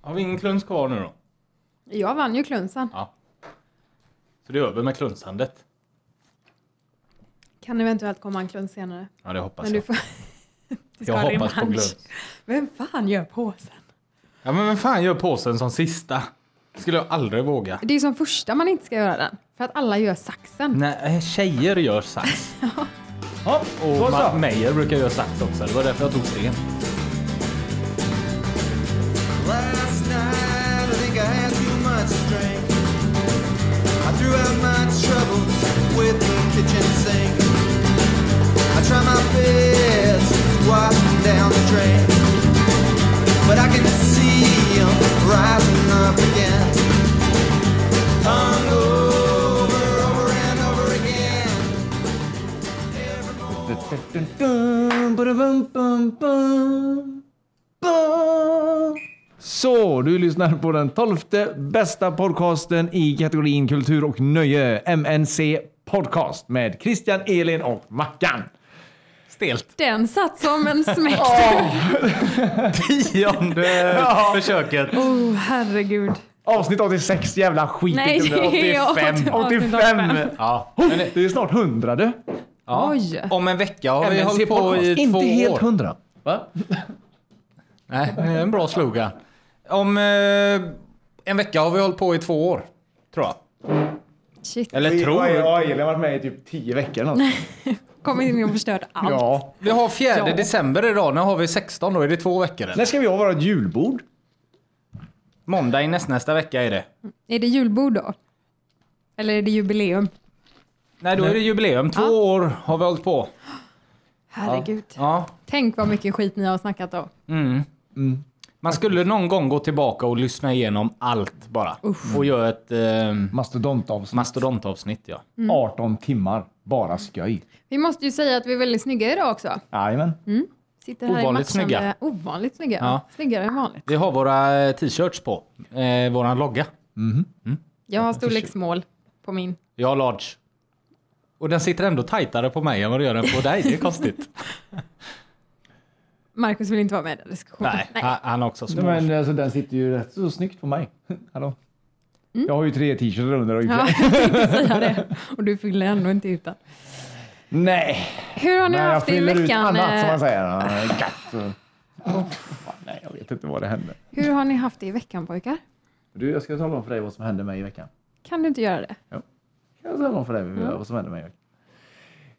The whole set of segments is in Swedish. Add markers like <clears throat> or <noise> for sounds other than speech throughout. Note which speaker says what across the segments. Speaker 1: Har vi ingen kluns kvar nu då?
Speaker 2: Jag vann ju klunsen.
Speaker 1: Ja. Så det är över med klunsandet.
Speaker 2: Kan eventuellt komma en kluns senare.
Speaker 1: Ja, det hoppas
Speaker 2: Men du
Speaker 1: jag.
Speaker 2: får... <laughs> du ska
Speaker 1: Alltså. Jag
Speaker 2: ha
Speaker 1: hoppas på
Speaker 2: revansch.
Speaker 1: gluns.
Speaker 2: Vem fan gör påsen?
Speaker 1: Ja, men vem fan gör påsen som sista? Skulle jag aldrig våga.
Speaker 2: Det är som första man inte ska göra den. För att alla gör saxen.
Speaker 1: Nej, eh, tjejer gör
Speaker 2: <laughs>
Speaker 1: sax.
Speaker 3: Ja,
Speaker 1: Och
Speaker 3: då
Speaker 1: Matt
Speaker 3: så.
Speaker 1: Meyer brukar göra sax också. Det var därför jag tog sten.
Speaker 4: Last night, I think I had too much to drink. I threw out my troubles with the kitchen sink. I tried my best to wash them down the drain, but I can see 'em rising up again. Hung over, over and over again.
Speaker 3: Så, du lyssnar på den tolfte bästa podcasten i kategorin kultur och nöje. MNC Podcast med Christian, Elin och Mackan.
Speaker 1: Stelt.
Speaker 2: Den satt
Speaker 1: <laughs>
Speaker 2: som en smäck. Åh
Speaker 1: Tionde
Speaker 3: Ja.
Speaker 1: försöket.
Speaker 2: oh, herregud.
Speaker 3: Avsnitt 86, jävla skit.
Speaker 2: Nej, <laughs>
Speaker 3: inte bra.
Speaker 2: det är 85.
Speaker 3: 85!
Speaker 1: Ja.
Speaker 3: Oh, det är snart hundrade.
Speaker 1: ja.
Speaker 2: Oj.
Speaker 1: Om en vecka har vi
Speaker 3: MNC
Speaker 1: hållit på
Speaker 3: Podcast.
Speaker 1: i två
Speaker 3: Inte helt
Speaker 1: år.
Speaker 3: hundra. Va?
Speaker 1: Nej, det är en bra slogan. Om eh, en vecka har vi hållit på i två år. Tror jag.
Speaker 2: Shit.
Speaker 1: Eller tror.
Speaker 3: Ja, Elin har varit med i typ tio veckor eller något.
Speaker 2: Kom in och förstörde allt.
Speaker 3: Ja.
Speaker 1: Vi har 4
Speaker 2: Ja.
Speaker 1: december idag. När har vi 16 då? Är det två veckor eller?
Speaker 3: När ska vi ha vårt julbord?
Speaker 1: Måndag i nästnästa vecka är det.
Speaker 2: Är det julbord då? Eller är det jubileum?
Speaker 1: Nej, då är det jubileum. Två år har vi hållit på.
Speaker 2: Herregud.
Speaker 1: Ja. Mm.
Speaker 2: Tänk vad mycket skit ni har snackat om.
Speaker 3: Mm.
Speaker 1: Man skulle någon gång gå tillbaka och lyssna igenom allt bara. Och göra ett eh,
Speaker 3: Mastodontavsnitt.
Speaker 1: mastodontavsnitt. Ja.
Speaker 3: 18 timmar. Bara skoj.
Speaker 2: Vi måste ju säga att vi är väldigt snygga idag också.
Speaker 3: Jajamän.
Speaker 2: Mm. Sitter här
Speaker 1: Ovanligt
Speaker 2: i matchande-
Speaker 1: snygga.
Speaker 2: Ovanligt snygga.
Speaker 1: Ja.
Speaker 2: Snyggare än vanligt.
Speaker 1: Vi har våra eh, t-shirts på. Eh, våran logga.
Speaker 2: Jag har storleksmål på min.
Speaker 1: Jag har large. Och den sitter ändå tajtare på mig än vad den gör den på dig. Det är
Speaker 3: <laughs>
Speaker 1: konstigt.
Speaker 2: Marcus vill inte vara med i den diskussionen.
Speaker 1: Nej, han- han har också små.
Speaker 3: Men alltså, den sitter ju rätt så snyggt på mig. <laughs> Hallå? Jag har ju tre t-shirtar under och
Speaker 2: Mm. Ja, jag tänkte säga det. Och du fyller ändå inte ut den.
Speaker 3: <laughs> Nej.
Speaker 2: Hur har ni
Speaker 3: Nej, jag
Speaker 2: haft det i
Speaker 3: fyller ut
Speaker 2: veckan?
Speaker 3: annat som
Speaker 2: eh,
Speaker 3: man säger. Ja, Gatt. Fan, Nej, jag vet inte vad det hände.
Speaker 2: Hur har ni haft det i veckan pojkar?
Speaker 3: Du, jag ska tala om för dig vad som hände mig i veckan.
Speaker 2: Kan du inte göra det?
Speaker 3: Jag ska tala om för dig vad som hände mig i veckan.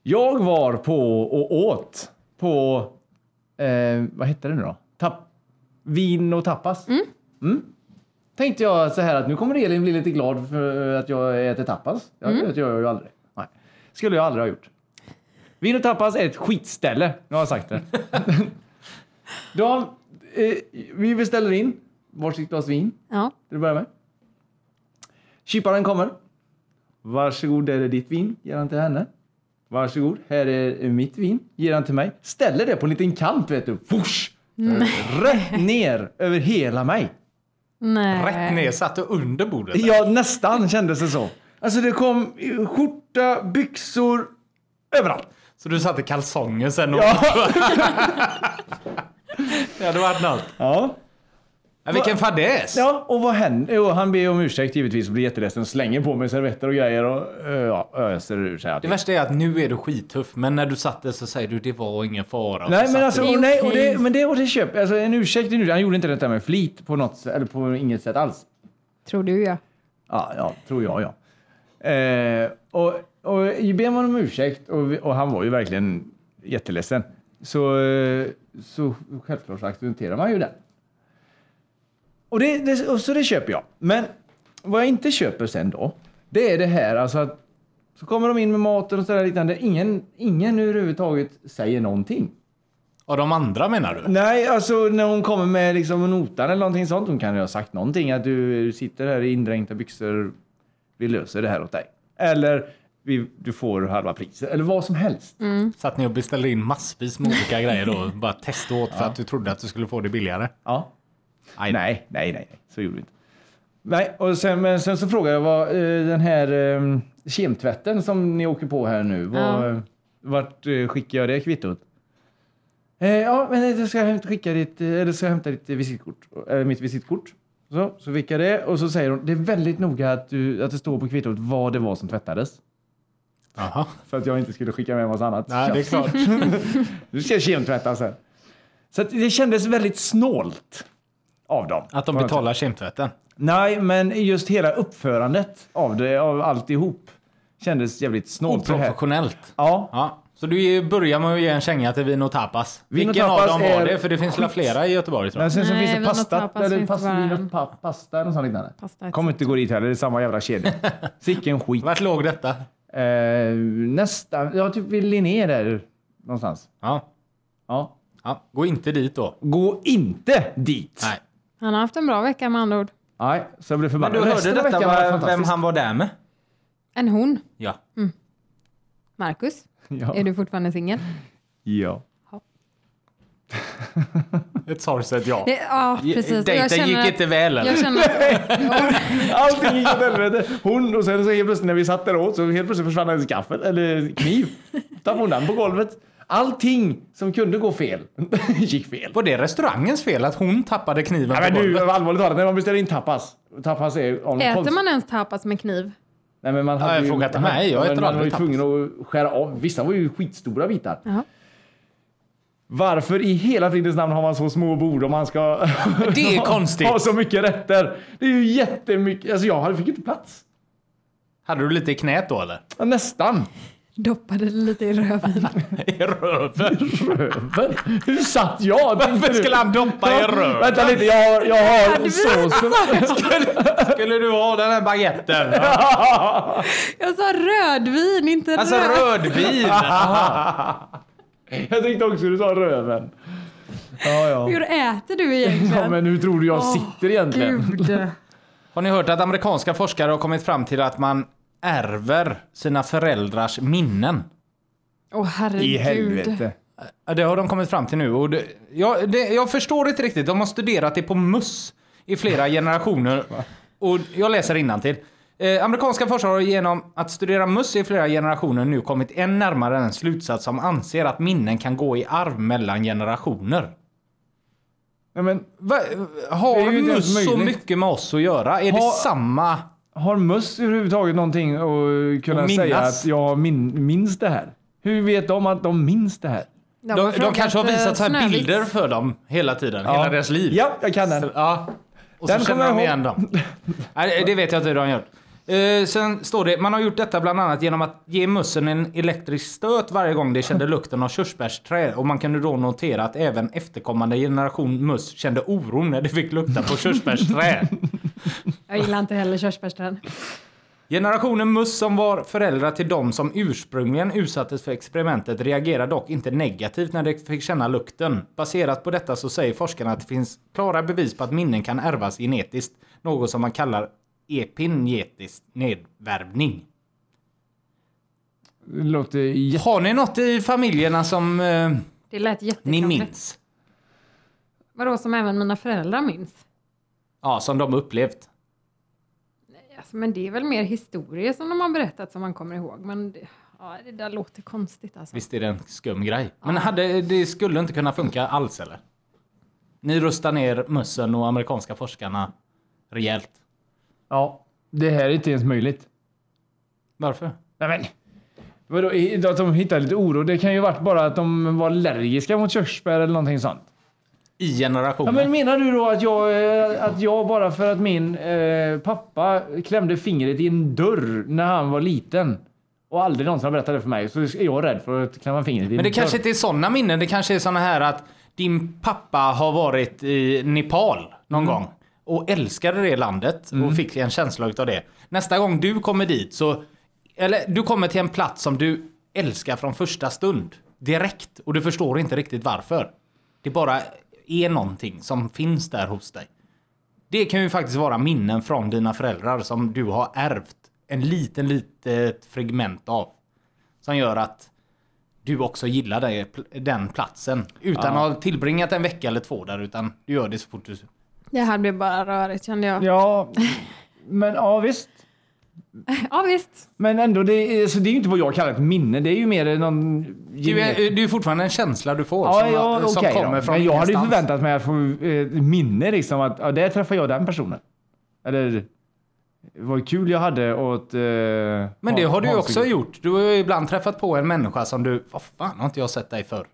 Speaker 3: Jag var på och åt på, eh, vad hette det nu då? Tap, vin och tapas. Mm. Tänkte jag så här att nu kommer Elin bli lite glad för att jag äter tapas. Jag, Det gör jag ju aldrig. Nej. Skulle jag aldrig ha gjort. Vin och tapas är ett skitställe. Nu har jag sagt det. De, eh, vi beställer in varsitt glas vin.
Speaker 2: Ja.
Speaker 3: Till att börja med. Kyparen kommer. Varsågod, där är ditt vin. Ger han till henne. Varsågod, här är mitt vin. Ger han till mig. Ställer det på en liten kant, vet du. Fush! Rätt ner över hela mig.
Speaker 2: Nej.
Speaker 1: Rätt ner, satt du under bordet?
Speaker 3: Ja, nästan kändes det så. Alltså det kom eh, skjorta, byxor, överallt.
Speaker 1: Så du satte kalsonger sen? Och... det hade varit något.
Speaker 3: Ja.
Speaker 1: Ja, vilken fadäs!
Speaker 3: Ja, och vad hände? Jo, han ber om ursäkt givetvis och blir jätteledsen. Slänger på mig servetter och grejer och eh, ja, öser ur sig.
Speaker 1: Det värsta är att nu är du skittuff, men när du satt där så säger du det var ingen fara. Och så
Speaker 3: Nej, men
Speaker 1: satt
Speaker 3: alltså,
Speaker 1: du-
Speaker 2: Det är
Speaker 3: och nej, och
Speaker 2: okej.
Speaker 3: det, men det, och det köp, alltså, en ursäkt är nu. Han gjorde inte detta med flit på något sätt, eller på inget sätt alls.
Speaker 2: Tror du ja.
Speaker 3: Ja, ja tror jag, ja. Eh, och, och ber man om ursäkt, och, vi- och han var ju verkligen jätteledsen, så, eh, så självklart så accepterar man ju den. Och, det, det, och så det köper jag. Men vad jag inte köper sen då, det är det här alltså att så kommer de in med maten och sådär liknande. Ingen, ingen överhuvudtaget säger någonting.
Speaker 1: Och de andra menar du?
Speaker 3: Nej, alltså när hon kommer med liksom notan eller någonting sånt. Hon kan ju ha sagt någonting. Att du sitter här i indränkta byxor. Vi löser det här åt dig. Eller vi, du får halva priset. Eller vad som helst.
Speaker 1: Satt ni och beställde in massvis med olika
Speaker 3: <laughs>
Speaker 1: grejer då? Bara testa åt för att du trodde att du skulle få det billigare?
Speaker 3: Ja.
Speaker 1: Aj.
Speaker 3: Nej, nej, nej, nej. Så gjorde vi inte. Nej, och sen, men sen så frågade jag vad eh, den här eh, kemtvätten som ni åker på här nu. Vad, Vart eh, skickar jag det kvittot? Eh, ja, men eh, då ska jag hämta, skicka ditt, eh, eller ska jag hämta ditt eh, visitkort? Eller mitt visitkort? Så, så vickar det och så säger hon, det är väldigt noga att, du, att det står på kvittot vad det var som tvättades.
Speaker 1: Jaha.
Speaker 3: För att jag inte skulle skicka med en massa annat.
Speaker 1: Nej, det är klart.
Speaker 3: Du ska kemtvätta sen. Så att det kändes väldigt snålt av dem.
Speaker 1: <laughs> Att de
Speaker 3: På något sätt.
Speaker 1: betalar kemtvätten.
Speaker 3: Nej, men just hela uppförandet av det, av alltihop, kändes jävligt snålt. Så här-
Speaker 1: Oprofessionellt.
Speaker 3: Ja,
Speaker 1: Ja. Så du börjar med att ge en känga till Vin och Tapas.
Speaker 3: Vin och
Speaker 1: Vilken av
Speaker 3: Tapas
Speaker 1: dem var
Speaker 3: är
Speaker 1: det? För det finns väl
Speaker 3: skit.
Speaker 1: flera i Göteborg tror jag.
Speaker 3: men sen så
Speaker 2: Nej,
Speaker 3: finns
Speaker 2: vi
Speaker 3: det
Speaker 2: har något
Speaker 3: pasta,
Speaker 2: tapas,
Speaker 3: eller
Speaker 2: finns det
Speaker 3: pasta,
Speaker 2: bara
Speaker 3: vin
Speaker 2: en.
Speaker 3: och pa, pasta eller något sånt liknande.
Speaker 2: Pasta,
Speaker 3: Kommer inte gå dit heller, det är samma
Speaker 1: <laughs>
Speaker 3: jävla kedja. Sicken skit.
Speaker 1: Vart låg detta?
Speaker 3: Eh, nästa, ja typ vid Linné där någonstans.
Speaker 1: Ja.
Speaker 3: Ja.
Speaker 1: ja. Gå inte dit då.
Speaker 3: Gå inte dit!
Speaker 1: Nej.
Speaker 2: Han har haft en bra vecka med andra ord.
Speaker 3: Nej, så jag blev
Speaker 1: Men
Speaker 3: förbannad.
Speaker 1: du hörde
Speaker 3: Resten av
Speaker 1: detta
Speaker 3: veckan var
Speaker 1: var vem
Speaker 3: fantastisk.
Speaker 1: han var där med?
Speaker 2: En hon.
Speaker 1: Ja.
Speaker 2: Marcus,
Speaker 3: Ja.
Speaker 2: är du fortfarande singel?
Speaker 3: ja.
Speaker 1: Ett sorgset ja.
Speaker 2: Det- Ja, precis. Och
Speaker 1: Dejten
Speaker 2: jag känner
Speaker 1: gick
Speaker 2: att-
Speaker 1: inte väl eller?
Speaker 2: Jag känner att,
Speaker 3: Allting gick åt helvete. Hon och sen så helt plötsligt när vi satt där åt så helt plötsligt försvann hennes gaffel eller kniv. Tappade hon den på golvet. Allting som kunde gå fel <laughs> gick fel.
Speaker 1: Var det restaurangens fel att hon tappade kniven
Speaker 3: Nej,
Speaker 1: på
Speaker 3: men
Speaker 1: golvet?
Speaker 3: du, allvarligt talat, när man beställer in tapas. Tapas är av någon
Speaker 2: äter
Speaker 3: konst...
Speaker 2: man ens tapas med kniv?
Speaker 3: Nej, men man
Speaker 1: Ja,
Speaker 3: hade
Speaker 1: jag
Speaker 3: ju...
Speaker 1: frågat
Speaker 3: man-
Speaker 1: mig, jag
Speaker 3: men
Speaker 1: äter
Speaker 3: Man
Speaker 1: aldrig
Speaker 3: var ju
Speaker 1: tapas.
Speaker 3: tvungen att skära av. Vissa var ju skitstora bitar.
Speaker 2: Jaha.
Speaker 3: Varför i hela fridens namn har man så små bord om man ska <laughs>
Speaker 1: <laughs> Det är konstigt.
Speaker 3: ha så mycket rätter? Det är ju jättemycket. Alltså jag hade- fick inte plats.
Speaker 1: Hade du lite i knät då eller?
Speaker 3: Ja, Nästan.
Speaker 2: Doppade lite i röven.
Speaker 1: I röven?
Speaker 3: röven? Hur satt jag? tänkte
Speaker 1: Varför
Speaker 3: du?
Speaker 1: skulle han doppa i röven?
Speaker 3: Vänta lite, jag har, jag har såsen.
Speaker 1: Skulle du ha den här baguetten?
Speaker 2: Jag sa rödvin, inte
Speaker 1: Alltså
Speaker 2: röd.
Speaker 1: rödvin!
Speaker 3: <laughs> Jag tänkte också du sa röven. Ja, ja.
Speaker 2: Hur äter du egentligen?
Speaker 3: ja men hur tror du jag sitter egentligen?
Speaker 2: Gud.
Speaker 1: Har ni hört att amerikanska forskare har kommit fram till att man ärver sina föräldrars minnen?
Speaker 2: Åh herregud.
Speaker 3: I helvete.
Speaker 1: Ja, Det har de kommit fram till nu. Och det, jag, det, jag förstår inte riktigt. De har studerat det på möss i
Speaker 3: <laughs>
Speaker 1: flera generationer. Och jag läser innantill. Eh, amerikanska forskare har genom att studera möss i flera generationer nu kommit än närmare en slutsats som anser att minnen kan gå i arv mellan generationer.
Speaker 3: Nej, men,
Speaker 1: Va, har
Speaker 3: Det är ju inte ens
Speaker 1: möss så
Speaker 3: möjligt.
Speaker 1: mycket med oss att göra? Är det
Speaker 3: Ha-
Speaker 1: samma?
Speaker 3: har möss överhuvudtaget någonting att kunna
Speaker 1: Och minnas.
Speaker 3: säga att jag min, minns det här? Hur vet de att de minns det här?
Speaker 2: De,
Speaker 1: De, de kanske har
Speaker 2: frågat, eh,
Speaker 1: visat så här
Speaker 2: Snövit.
Speaker 1: bilder för dem hela tiden, hela deras liv.
Speaker 3: Ja, jag kan den.
Speaker 1: Så- Ja. Och
Speaker 3: Den
Speaker 1: så
Speaker 3: kommer
Speaker 1: känner
Speaker 3: jag
Speaker 1: de
Speaker 3: ihåg.
Speaker 1: igen dem.
Speaker 3: <laughs>
Speaker 1: Nej, det vet jag inte hur de har gjort. Eh, sen står det, man har gjort detta bland annat genom att ge mussen en elektrisk stöt varje gång de kände lukten av körsbärsträ. Och man kunde då notera att även efterkommande generation möss kände oro när de fick lukta på körsbärsträ.
Speaker 2: Jag gillar inte heller körsbärsträd.
Speaker 1: Generationen möss som var föräldrar till de som ursprungligen utsattes för experimentet reagerar dock inte negativt när de fick känna lukten. Baserat på detta så säger forskarna att det finns klara bevis på att minnen kan ärvas genetiskt, något som man kallar epigenetisk nedvärvning.
Speaker 3: Det låter jätte...
Speaker 1: Har ni något i familjerna som eh,
Speaker 2: Det lät
Speaker 1: ni
Speaker 2: jättekrångligt.
Speaker 1: minns?
Speaker 2: Vadå som även mina föräldrar minns?
Speaker 1: Ja, som de upplevt.
Speaker 2: Alltså, men det är väl mer historier som de har berättat som man kommer ihåg. Men det, ja, det där låter konstigt alltså.
Speaker 1: Visst är det en skum grej? Men hade, det skulle inte kunna funka alls eller? Ni rustar ner mössen och amerikanska forskarna rejält.
Speaker 3: Ja, det här är inte ens möjligt.
Speaker 1: Varför?
Speaker 3: Nej, men. Vadå, i- att de hittade lite oro? Det kan ju varit bara att de var allergiska mot körsbär eller någonting sånt.
Speaker 1: I
Speaker 3: Ja,
Speaker 1: generationen.
Speaker 3: men menar du då att jag, eh, att jag bara för att min eh, pappa klämde fingret i en dörr när han var liten och aldrig någonsin har berättat det för mig så är jag rädd för att klämma fingret i en
Speaker 1: Men det
Speaker 3: dörr?
Speaker 1: kanske inte är sådana minnen. Det kanske är sådana här att din pappa har varit i Nepal någon
Speaker 3: Mm.
Speaker 1: gång och älskade det landet och fick en känsla utav det. Nästa gång du kommer dit så, eller du kommer till en plats som du älskar från första stund direkt och du förstår inte riktigt varför. Det bara är någonting som finns där hos dig. Det kan ju faktiskt vara minnen från dina föräldrar som du har ärvt en liten, litet fragment av. Som gör att du också gillar det, den platsen. Utan att ha tillbringat en vecka eller två där, utan du gör det så fort du...
Speaker 2: Det här blev bara rörigt kände jag. Ja,
Speaker 3: Ja, men ja visst.
Speaker 2: visst.
Speaker 3: Men ändå, det är, så det är ju inte vad jag kallar ett minne. Det är ju mer någon...
Speaker 1: Du är, du är fortfarande en känsla du får
Speaker 3: Ja,
Speaker 1: som,
Speaker 3: ja,
Speaker 1: som
Speaker 3: okej då.
Speaker 1: kommer från
Speaker 3: Men jag hade ju
Speaker 1: ingenstans.
Speaker 3: förväntat mig att få eh, minne liksom att ja, där träffade jag den personen. Eller vad kul jag hade åt... eh,
Speaker 1: Men det
Speaker 3: Hans-
Speaker 1: har du ju
Speaker 3: Hans-
Speaker 1: också gjort. Du har ju ibland träffat på en människa som du, vad fan har inte jag sett dig förr?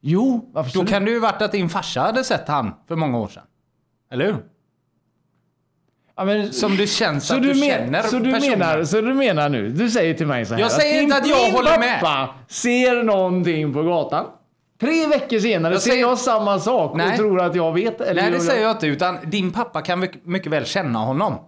Speaker 3: Jo,
Speaker 1: Då
Speaker 3: absolut.
Speaker 1: kan det ju varit att din farsa hade sett han för många år sedan. Eller hur?
Speaker 3: Ja, men,
Speaker 1: Som du känns
Speaker 3: så
Speaker 1: att
Speaker 3: du,
Speaker 1: du,
Speaker 3: men,
Speaker 1: känner
Speaker 3: så, du
Speaker 1: personen.
Speaker 3: menar, så du menar nu, du säger till mig så här.
Speaker 1: Jag säger
Speaker 3: din-
Speaker 1: inte att jag
Speaker 3: din
Speaker 1: håller med.
Speaker 3: pappa ser någonting på gatan. Tre veckor senare
Speaker 1: Jag
Speaker 3: ser
Speaker 1: säger-
Speaker 3: jag samma sak och
Speaker 1: Nej.
Speaker 3: tror att jag vet. Eller
Speaker 1: Nej, det
Speaker 3: jag-
Speaker 1: säger jag inte. Utan din pappa kan mycket- mycket väl känna honom.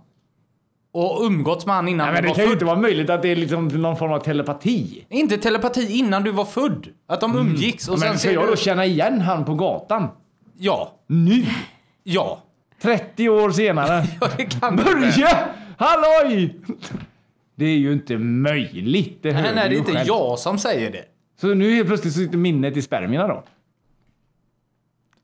Speaker 1: Och umgåtts med han innan
Speaker 3: Nej, men
Speaker 1: du
Speaker 3: det
Speaker 1: var
Speaker 3: kan ju
Speaker 1: född.
Speaker 3: inte vara möjligt att det är liksom någon form av telepati.
Speaker 1: Inte telepati innan du var född. Att de umgicks och sen
Speaker 3: Men ska
Speaker 1: ser
Speaker 3: jag då
Speaker 1: du...
Speaker 3: känna igen han på gatan?
Speaker 1: Ja.
Speaker 3: Nu?
Speaker 1: Ja.
Speaker 3: 30 år senare.
Speaker 1: <laughs> Ja, det kan du inte.
Speaker 3: Börje! Halloj! Det är ju inte möjligt. Det hör
Speaker 1: Nej, nej,
Speaker 3: du
Speaker 1: det är
Speaker 3: ju
Speaker 1: inte
Speaker 3: själv.
Speaker 1: jag som säger det.
Speaker 3: Så nu helt plötsligt sitter minnet i spermierna då?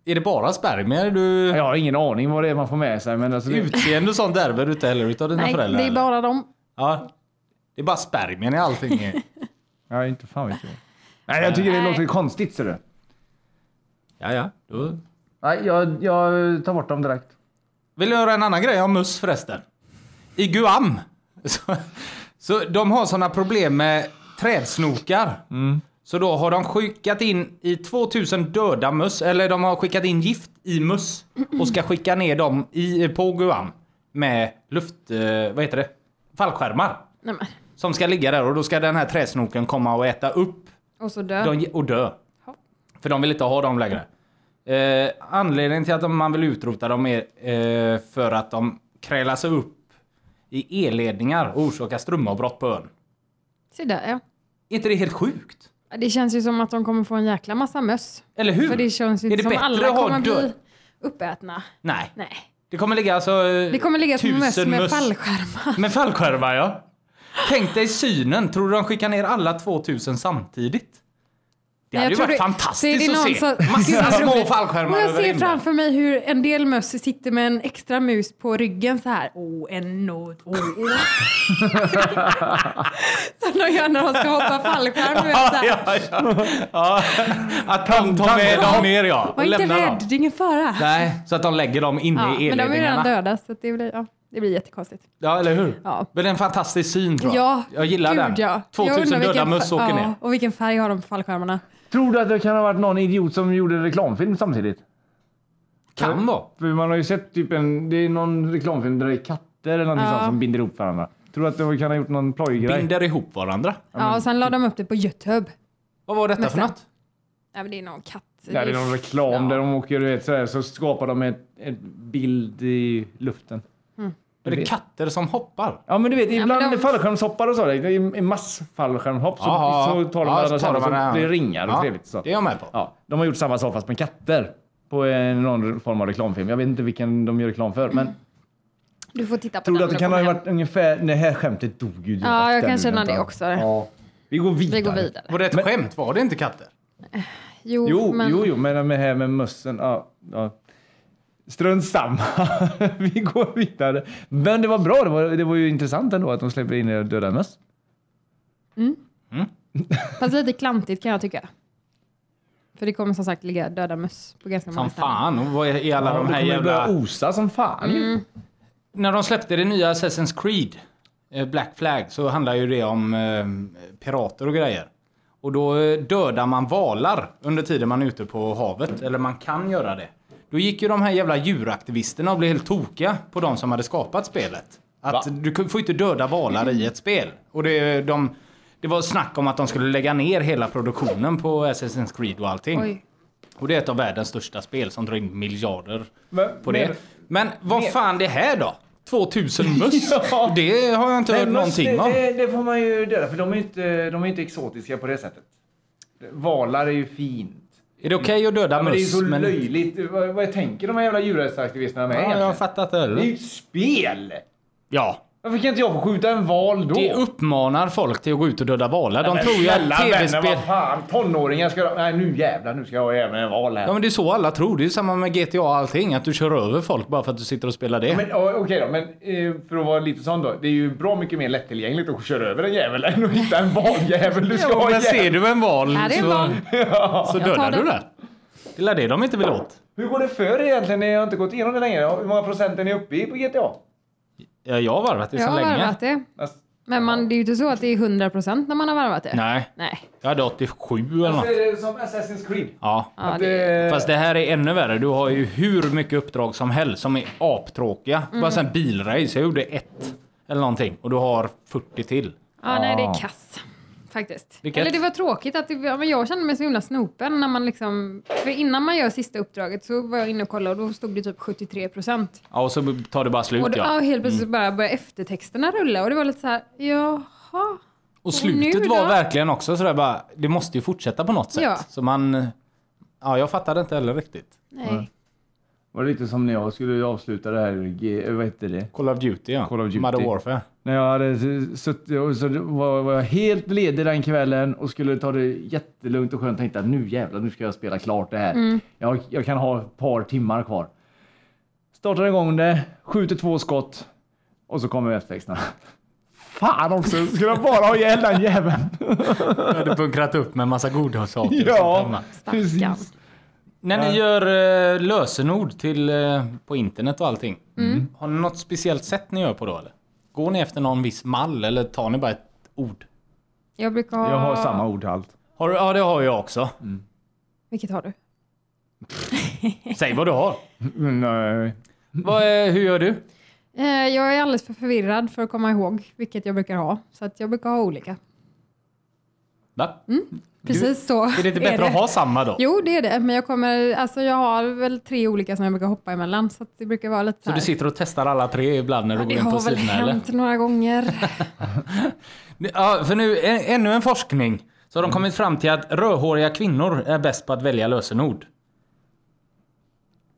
Speaker 1: Är det bara spermier du...
Speaker 3: Jag har ingen aning vad det är man får med sig men alltså... det-
Speaker 1: Utseende och sånt ärver du inte heller utav dina
Speaker 2: Nej,
Speaker 1: föräldrar?
Speaker 2: det är
Speaker 1: eller?
Speaker 2: bara dem.
Speaker 1: Ja. Det är bara spermien i allting. är.
Speaker 3: Ja, inte fan vet jag. Nej, jag tycker det
Speaker 2: Nej.
Speaker 3: låter konstigt ser du.
Speaker 1: <laughs> ja, ja. Då...
Speaker 3: Nej, jag, jag tar bort dem direkt.
Speaker 1: Vill du höra en annan grej om möss förresten? I Guam. Så, så de har sådana problem med trädsnokar. Så då har de skickat in i 2000 döda möss, eller de har skickat in gift i möss och ska skicka ner dem i, på Guam med luft... Eh, vad heter det? Fallskärmar.
Speaker 2: Nej, men.
Speaker 1: Som ska ligga där och då ska den här trädsnoken komma och äta upp
Speaker 2: Och så dör.
Speaker 1: de, och dö.
Speaker 2: Ja.
Speaker 1: För de vill inte ha dem längre. Eh, anledningen till att de- man vill utrota dem är eh, för att de krälar sig upp i elledningar och orsakar strömavbrott på ön.
Speaker 2: Se där ja.
Speaker 1: Är inte det helt sjukt?
Speaker 2: Ja, Det känns ju som att de kommer få en jäkla massa möss.
Speaker 1: Eller hur?
Speaker 2: För det känns ju
Speaker 1: är
Speaker 2: inte
Speaker 1: det
Speaker 2: som
Speaker 1: bättre
Speaker 2: alla
Speaker 1: att ha
Speaker 2: kommer bli
Speaker 1: död?
Speaker 2: uppätna.
Speaker 1: Nej.
Speaker 2: Nej.
Speaker 1: Det kommer ligga alltså...
Speaker 2: Det kommer ligga små möss med fallskärmar.
Speaker 1: Med fallskärmar ja. Tänk dig synen. Tror du de skickar ner alla 2000 samtidigt? Det hade
Speaker 2: Nej, jag
Speaker 1: ju
Speaker 2: tror
Speaker 1: varit
Speaker 2: det-
Speaker 1: fantastiskt
Speaker 2: det är
Speaker 1: att se.
Speaker 2: någon som-
Speaker 1: Massa små fallskärmar
Speaker 2: Och jag
Speaker 1: över
Speaker 2: ser
Speaker 1: himlen.
Speaker 2: framför mig hur en del möss sitter med en extra mus på ryggen så här. Åh, en nåd, åh, åh. <laughs> Som de gör när de ska hoppa fallskärm. du vet, så
Speaker 1: Ja,
Speaker 2: här.
Speaker 1: ja, ja. ja. Att de tar med dem ner ja.
Speaker 2: Var
Speaker 1: Och
Speaker 2: inte
Speaker 1: lämnar
Speaker 2: rädd,
Speaker 1: dem.
Speaker 2: det är ingen fara.
Speaker 1: Nej, så att de lägger dem inne
Speaker 2: Ja,
Speaker 1: i
Speaker 2: men de är ju redan
Speaker 1: elledningarna.
Speaker 2: döda så att det blir, ja, det blir jättekonstigt.
Speaker 1: Ja, eller hur?
Speaker 2: Ja.
Speaker 1: Men det är en fantastisk syn tror jag.
Speaker 2: Ja,
Speaker 1: jag gillar
Speaker 2: gud,
Speaker 1: den.
Speaker 2: Ja. Jag
Speaker 1: 2000
Speaker 2: undrar
Speaker 1: döda
Speaker 2: vilken
Speaker 1: möss
Speaker 2: fa-
Speaker 1: åker
Speaker 2: ja,
Speaker 1: ner.
Speaker 2: Och vilken färg har de på fallskärmarna?
Speaker 3: Tror du att det kan ha varit någon idiot som gjorde en reklamfilm samtidigt?
Speaker 1: Kan vara.
Speaker 3: För man har ju sett typ en... Det är någon reklamfilm där det är katter eller någonting
Speaker 2: Ja.
Speaker 3: sånt som binder ihop varandra. Tror du att det kan ha gjort någon plojgrej?
Speaker 1: Binder ihop varandra.
Speaker 2: Ja, och
Speaker 1: typ.
Speaker 2: sen la de upp det på Youtube.
Speaker 1: Vad var detta för
Speaker 2: Mössa.
Speaker 1: något?
Speaker 2: Nej, men det är någon katt.
Speaker 3: Ja, det är någon reklam där de åker, du vet, sådär, så skapar de en, en bild i luften.
Speaker 1: Är det
Speaker 3: vet.
Speaker 1: katter som hoppar?
Speaker 3: Ja, men du vet, ibland
Speaker 2: men de-
Speaker 3: fallskärmshoppar och så. det är I massfallskärmshopp så,
Speaker 1: Ja, ja.
Speaker 3: så tar de
Speaker 1: Ja, så tar
Speaker 3: varandra
Speaker 1: de
Speaker 3: samman så
Speaker 1: varandra.
Speaker 3: blir det ringar och
Speaker 1: Ja,
Speaker 3: trevligt. Så.
Speaker 1: Det är jag med på.
Speaker 3: Ja, de har gjort samma sak fast med katter på en, någon form av reklamfilm. Jag vet inte vilken de gör reklam för, men
Speaker 2: Du får titta på
Speaker 3: <clears throat> tror du
Speaker 2: den
Speaker 3: att
Speaker 2: när
Speaker 3: det kan
Speaker 2: kommer
Speaker 3: ha
Speaker 2: hem.
Speaker 3: varit ungefär... Nej, här skämtet dog ju. direkt
Speaker 2: jag
Speaker 3: där
Speaker 2: kan
Speaker 3: nu,
Speaker 2: känna
Speaker 3: vänta.
Speaker 2: det också.
Speaker 3: Ja. Vi går vidare.
Speaker 2: Vi går vidare.
Speaker 1: Var det ett skämt? Var det inte katter?
Speaker 2: Jo,
Speaker 3: Jo,
Speaker 2: men
Speaker 3: jo, jo, men med här med mössen. Ja, ja. Strunt samma. <laughs> Vi går vidare. Men det var bra. Det var, det var ju intressant ändå att de släpper in er döda möss.
Speaker 2: fast lite klantigt kan jag tycka. För det kommer som sagt ligga döda möss på ganska många
Speaker 1: Som
Speaker 2: ställen.
Speaker 1: fan. Och vad är alla de
Speaker 3: kommer
Speaker 1: här
Speaker 3: ju
Speaker 1: jävla...
Speaker 3: börja osa som fan ju.
Speaker 1: När de släppte det nya Assassin's Creed, eh, Black Flag, så handlar ju det om eh, pirater och grejer. Och då eh, dödar man valar under tiden man är ute på havet, eller man kan göra det. Då gick ju de här jävla djuraktivisterna och blev helt tokiga på de som hade skapat spelet. Att
Speaker 3: Va?
Speaker 1: du kun- får inte döda valar i ett spel. Och det, de, det var snack om att de skulle lägga ner hela produktionen på Assassin's Creed och allting.
Speaker 2: Oj.
Speaker 1: Och det är ett av världens största spel som drar in miljarder
Speaker 3: Men-
Speaker 1: på det.
Speaker 3: men-
Speaker 1: Men vad fan det här då? 2000 möss?
Speaker 3: <laughs> Ja.
Speaker 1: Det har jag inte hört
Speaker 3: Men möss,
Speaker 1: någonting om.
Speaker 3: det, det får man ju döda, för de är ju inte, de är inte exotiska på det sättet. Valar är ju fint.
Speaker 1: Är det okej att döda
Speaker 3: Ja, men det är ju
Speaker 1: möss?
Speaker 3: så löjligt. Vad, vad tänker de här jävla djurrättsaktivisterna med
Speaker 1: Ja, jag har
Speaker 3: egentligen?
Speaker 1: fattat det.
Speaker 3: Det är ju
Speaker 1: eller?
Speaker 3: ett spel!
Speaker 1: Ja.
Speaker 3: Varför kan inte jag få skjuta en val då?
Speaker 1: Det uppmanar folk till att gå ut och döda valar. De
Speaker 3: Men
Speaker 1: tror ju
Speaker 3: snälla
Speaker 1: att
Speaker 3: vänner,
Speaker 1: tv-spel...
Speaker 3: vad fan. Tonåringar ska... de- Nej, nu jävlar. Nu ska jag även en val här.
Speaker 1: Ja men det är så alla tror. Det är ju samma med GTA och allting. Att du kör över folk bara för att du sitter och spelar det.
Speaker 3: Men ja, okej då, men eh, för att vara lite sån då. Det är ju bra mycket mer lättillgängligt att köra över en jävel än att hitta en
Speaker 1: <laughs>
Speaker 3: valjävel du ska
Speaker 1: Ja,
Speaker 3: ha
Speaker 1: men ser
Speaker 3: ihjäl.
Speaker 1: du en val
Speaker 2: Ja, det är en
Speaker 1: så,
Speaker 2: val.
Speaker 1: så
Speaker 2: Jag tar
Speaker 1: dödar du
Speaker 2: den.
Speaker 1: den. Det är väl det de inte vill åt.
Speaker 3: Hur går det för er egentligen? Jag har inte gått igenom det längre. Hur många procent är ni uppe i på GTA?
Speaker 1: Ja, jag har varvat det
Speaker 2: Jag
Speaker 1: så
Speaker 2: har
Speaker 1: länge.
Speaker 2: varvat det.
Speaker 3: Alltså,
Speaker 2: Men man, det är ju inte så att det är 100% när man har varvat det.
Speaker 1: Nej,
Speaker 2: Nej.
Speaker 1: jag hade 87 eller något.
Speaker 3: är det som Assassin's Creed.
Speaker 1: Ja.
Speaker 2: Ja,
Speaker 3: Att eh,
Speaker 2: det,
Speaker 3: det-
Speaker 1: Fast det här är ännu värre. Du har ju hur mycket uppdrag som helst som är aptråkiga.
Speaker 2: Mm.
Speaker 1: Bara sen bilrace. Jag gjorde ett eller någonting och du har 40 till.
Speaker 2: ja, nej, det är kass. Faktiskt.
Speaker 1: Vilket?
Speaker 2: Eller det var tråkigt att det, ja, men jag kände mig så himla snopen när man liksom... För innan man gör sista uppdraget så var jag inne och kollade och då stod det typ 73 procent.
Speaker 1: Ja, och så tar det bara slut
Speaker 2: Och då, ja.
Speaker 1: ja. Mm.
Speaker 2: helt plötsligt bara började eftertexterna rulla och det var lite så här, jaha.
Speaker 1: Och
Speaker 2: nu
Speaker 1: slutet
Speaker 2: då?
Speaker 1: var verkligen också sådär bara, det måste ju fortsätta på något sätt.
Speaker 2: Ja.
Speaker 1: Så man... Ja, jag fattade inte heller riktigt.
Speaker 2: Nej.
Speaker 3: Var det lite som när jag skulle avsluta det här, G- vad hette det?
Speaker 1: Call of Duty ja.
Speaker 3: Call of Duty.
Speaker 1: Modern Warfare.
Speaker 3: När jag hade suttit och så var, var jag helt ledig den kvällen och skulle ta det jättelugnt och skönt. Tänkte att nu jävlar, nu ska jag spela klart det här.
Speaker 2: Mm.
Speaker 3: Jag, jag kan ha ett par timmar kvar. Startar igång det, skjuter två skott och så kommer eftertexterna. <laughs> Fan också, skulle jag bara ha ihjäl den jäveln.
Speaker 1: Jag hade bunkrat upp med en massa goda <laughs> saker.
Speaker 3: Typ ja,
Speaker 2: Stackarn.
Speaker 3: precis.
Speaker 1: När ni gör eh, lösenord till, eh, på internet och allting.
Speaker 2: Mm.
Speaker 1: Har ni något speciellt sätt ni gör på då eller? Går ni efter någon viss mall eller tar ni bara ett ord?
Speaker 2: Jag brukar ha...
Speaker 3: Jag har samma ord till allt.
Speaker 1: Har du, ja det har jag också.
Speaker 2: Vilket har du?
Speaker 1: Säg vad du har.
Speaker 3: Nej.
Speaker 1: Vad, är- hur gör du?
Speaker 2: Eh, Jag är alldeles för förvirrad för att komma ihåg vilket jag brukar ha. Så att jag brukar ha olika.
Speaker 1: Va?
Speaker 2: Precis så
Speaker 1: Mm. Är det inte bättre att ha samma då?
Speaker 2: Jo, det är det. Men jag, kommer, alltså jag har väl tre olika som jag brukar hoppa emellan. Så att det brukar vara lite
Speaker 1: Så du
Speaker 2: här.
Speaker 1: sitter och testar alla tre ibland när du går
Speaker 2: Det
Speaker 1: in på
Speaker 2: har väl
Speaker 1: sidorna eller?
Speaker 2: hänt några gånger. <laughs>
Speaker 1: Ja, för nu, ä- ännu en forskning. Så har de kommit fram till att rödhåriga kvinnor är bäst på att välja lösenord.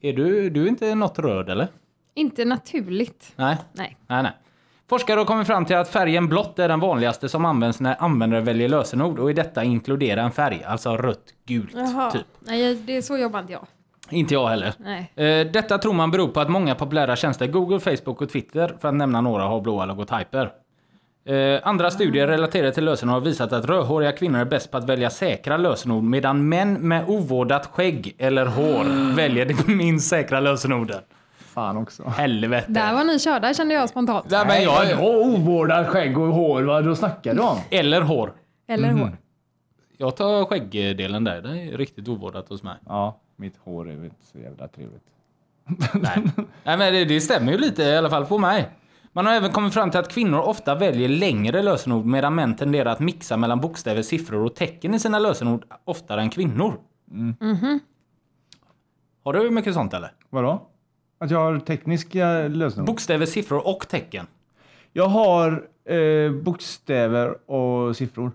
Speaker 1: Är du, du är inte något röd eller?
Speaker 2: Inte naturligt.
Speaker 1: Nej.
Speaker 2: Nej.
Speaker 1: Nej, nej. Forskare har kommit fram till att färgen blått är den vanligaste som används när användare väljer lösenord och i detta inkluderar en färg, alltså rött, gult, typ.
Speaker 2: Nej, jag- det är så jobbar inte jag.
Speaker 1: Inte jag heller.
Speaker 2: Nej.
Speaker 1: Eh, Detta tror man beror på att många populära tjänster, Google, Facebook och Twitter, för att nämna några, har blåa logotyper. Eh, Andra studier relaterade till lösenord har visat att rödhåriga kvinnor är bäst på att välja säkra lösenord medan män med ovårdat skägg eller hår väljer de <laughs> minst säkra lösenorden.
Speaker 3: Fan också.
Speaker 1: Helvete.
Speaker 2: Där var ni körda kände jag spontant.
Speaker 1: Nej, men jag,
Speaker 3: har ovårdat skägg och hår, vad då snackar du om?
Speaker 1: eller hår.
Speaker 2: Eller
Speaker 1: Mm.
Speaker 2: hår.
Speaker 1: Jag tar skäggdelen där. Det är riktigt ovårdat hos mig.
Speaker 3: Ja, mitt hår är väl inte så jävla trevligt.
Speaker 1: Nej. Nej, men det, det stämmer ju lite i alla fall på mig. Man har även kommit fram till att kvinnor ofta väljer längre lösenord medan män tenderar att mixa mellan bokstäver, siffror och tecken i sina lösenord oftare än kvinnor. Har du mycket sånt eller?
Speaker 3: Vadå? Att jag har tekniska lösenord?
Speaker 1: Bokstäver, siffror och tecken?
Speaker 3: Jag har eh, bokstäver och siffror.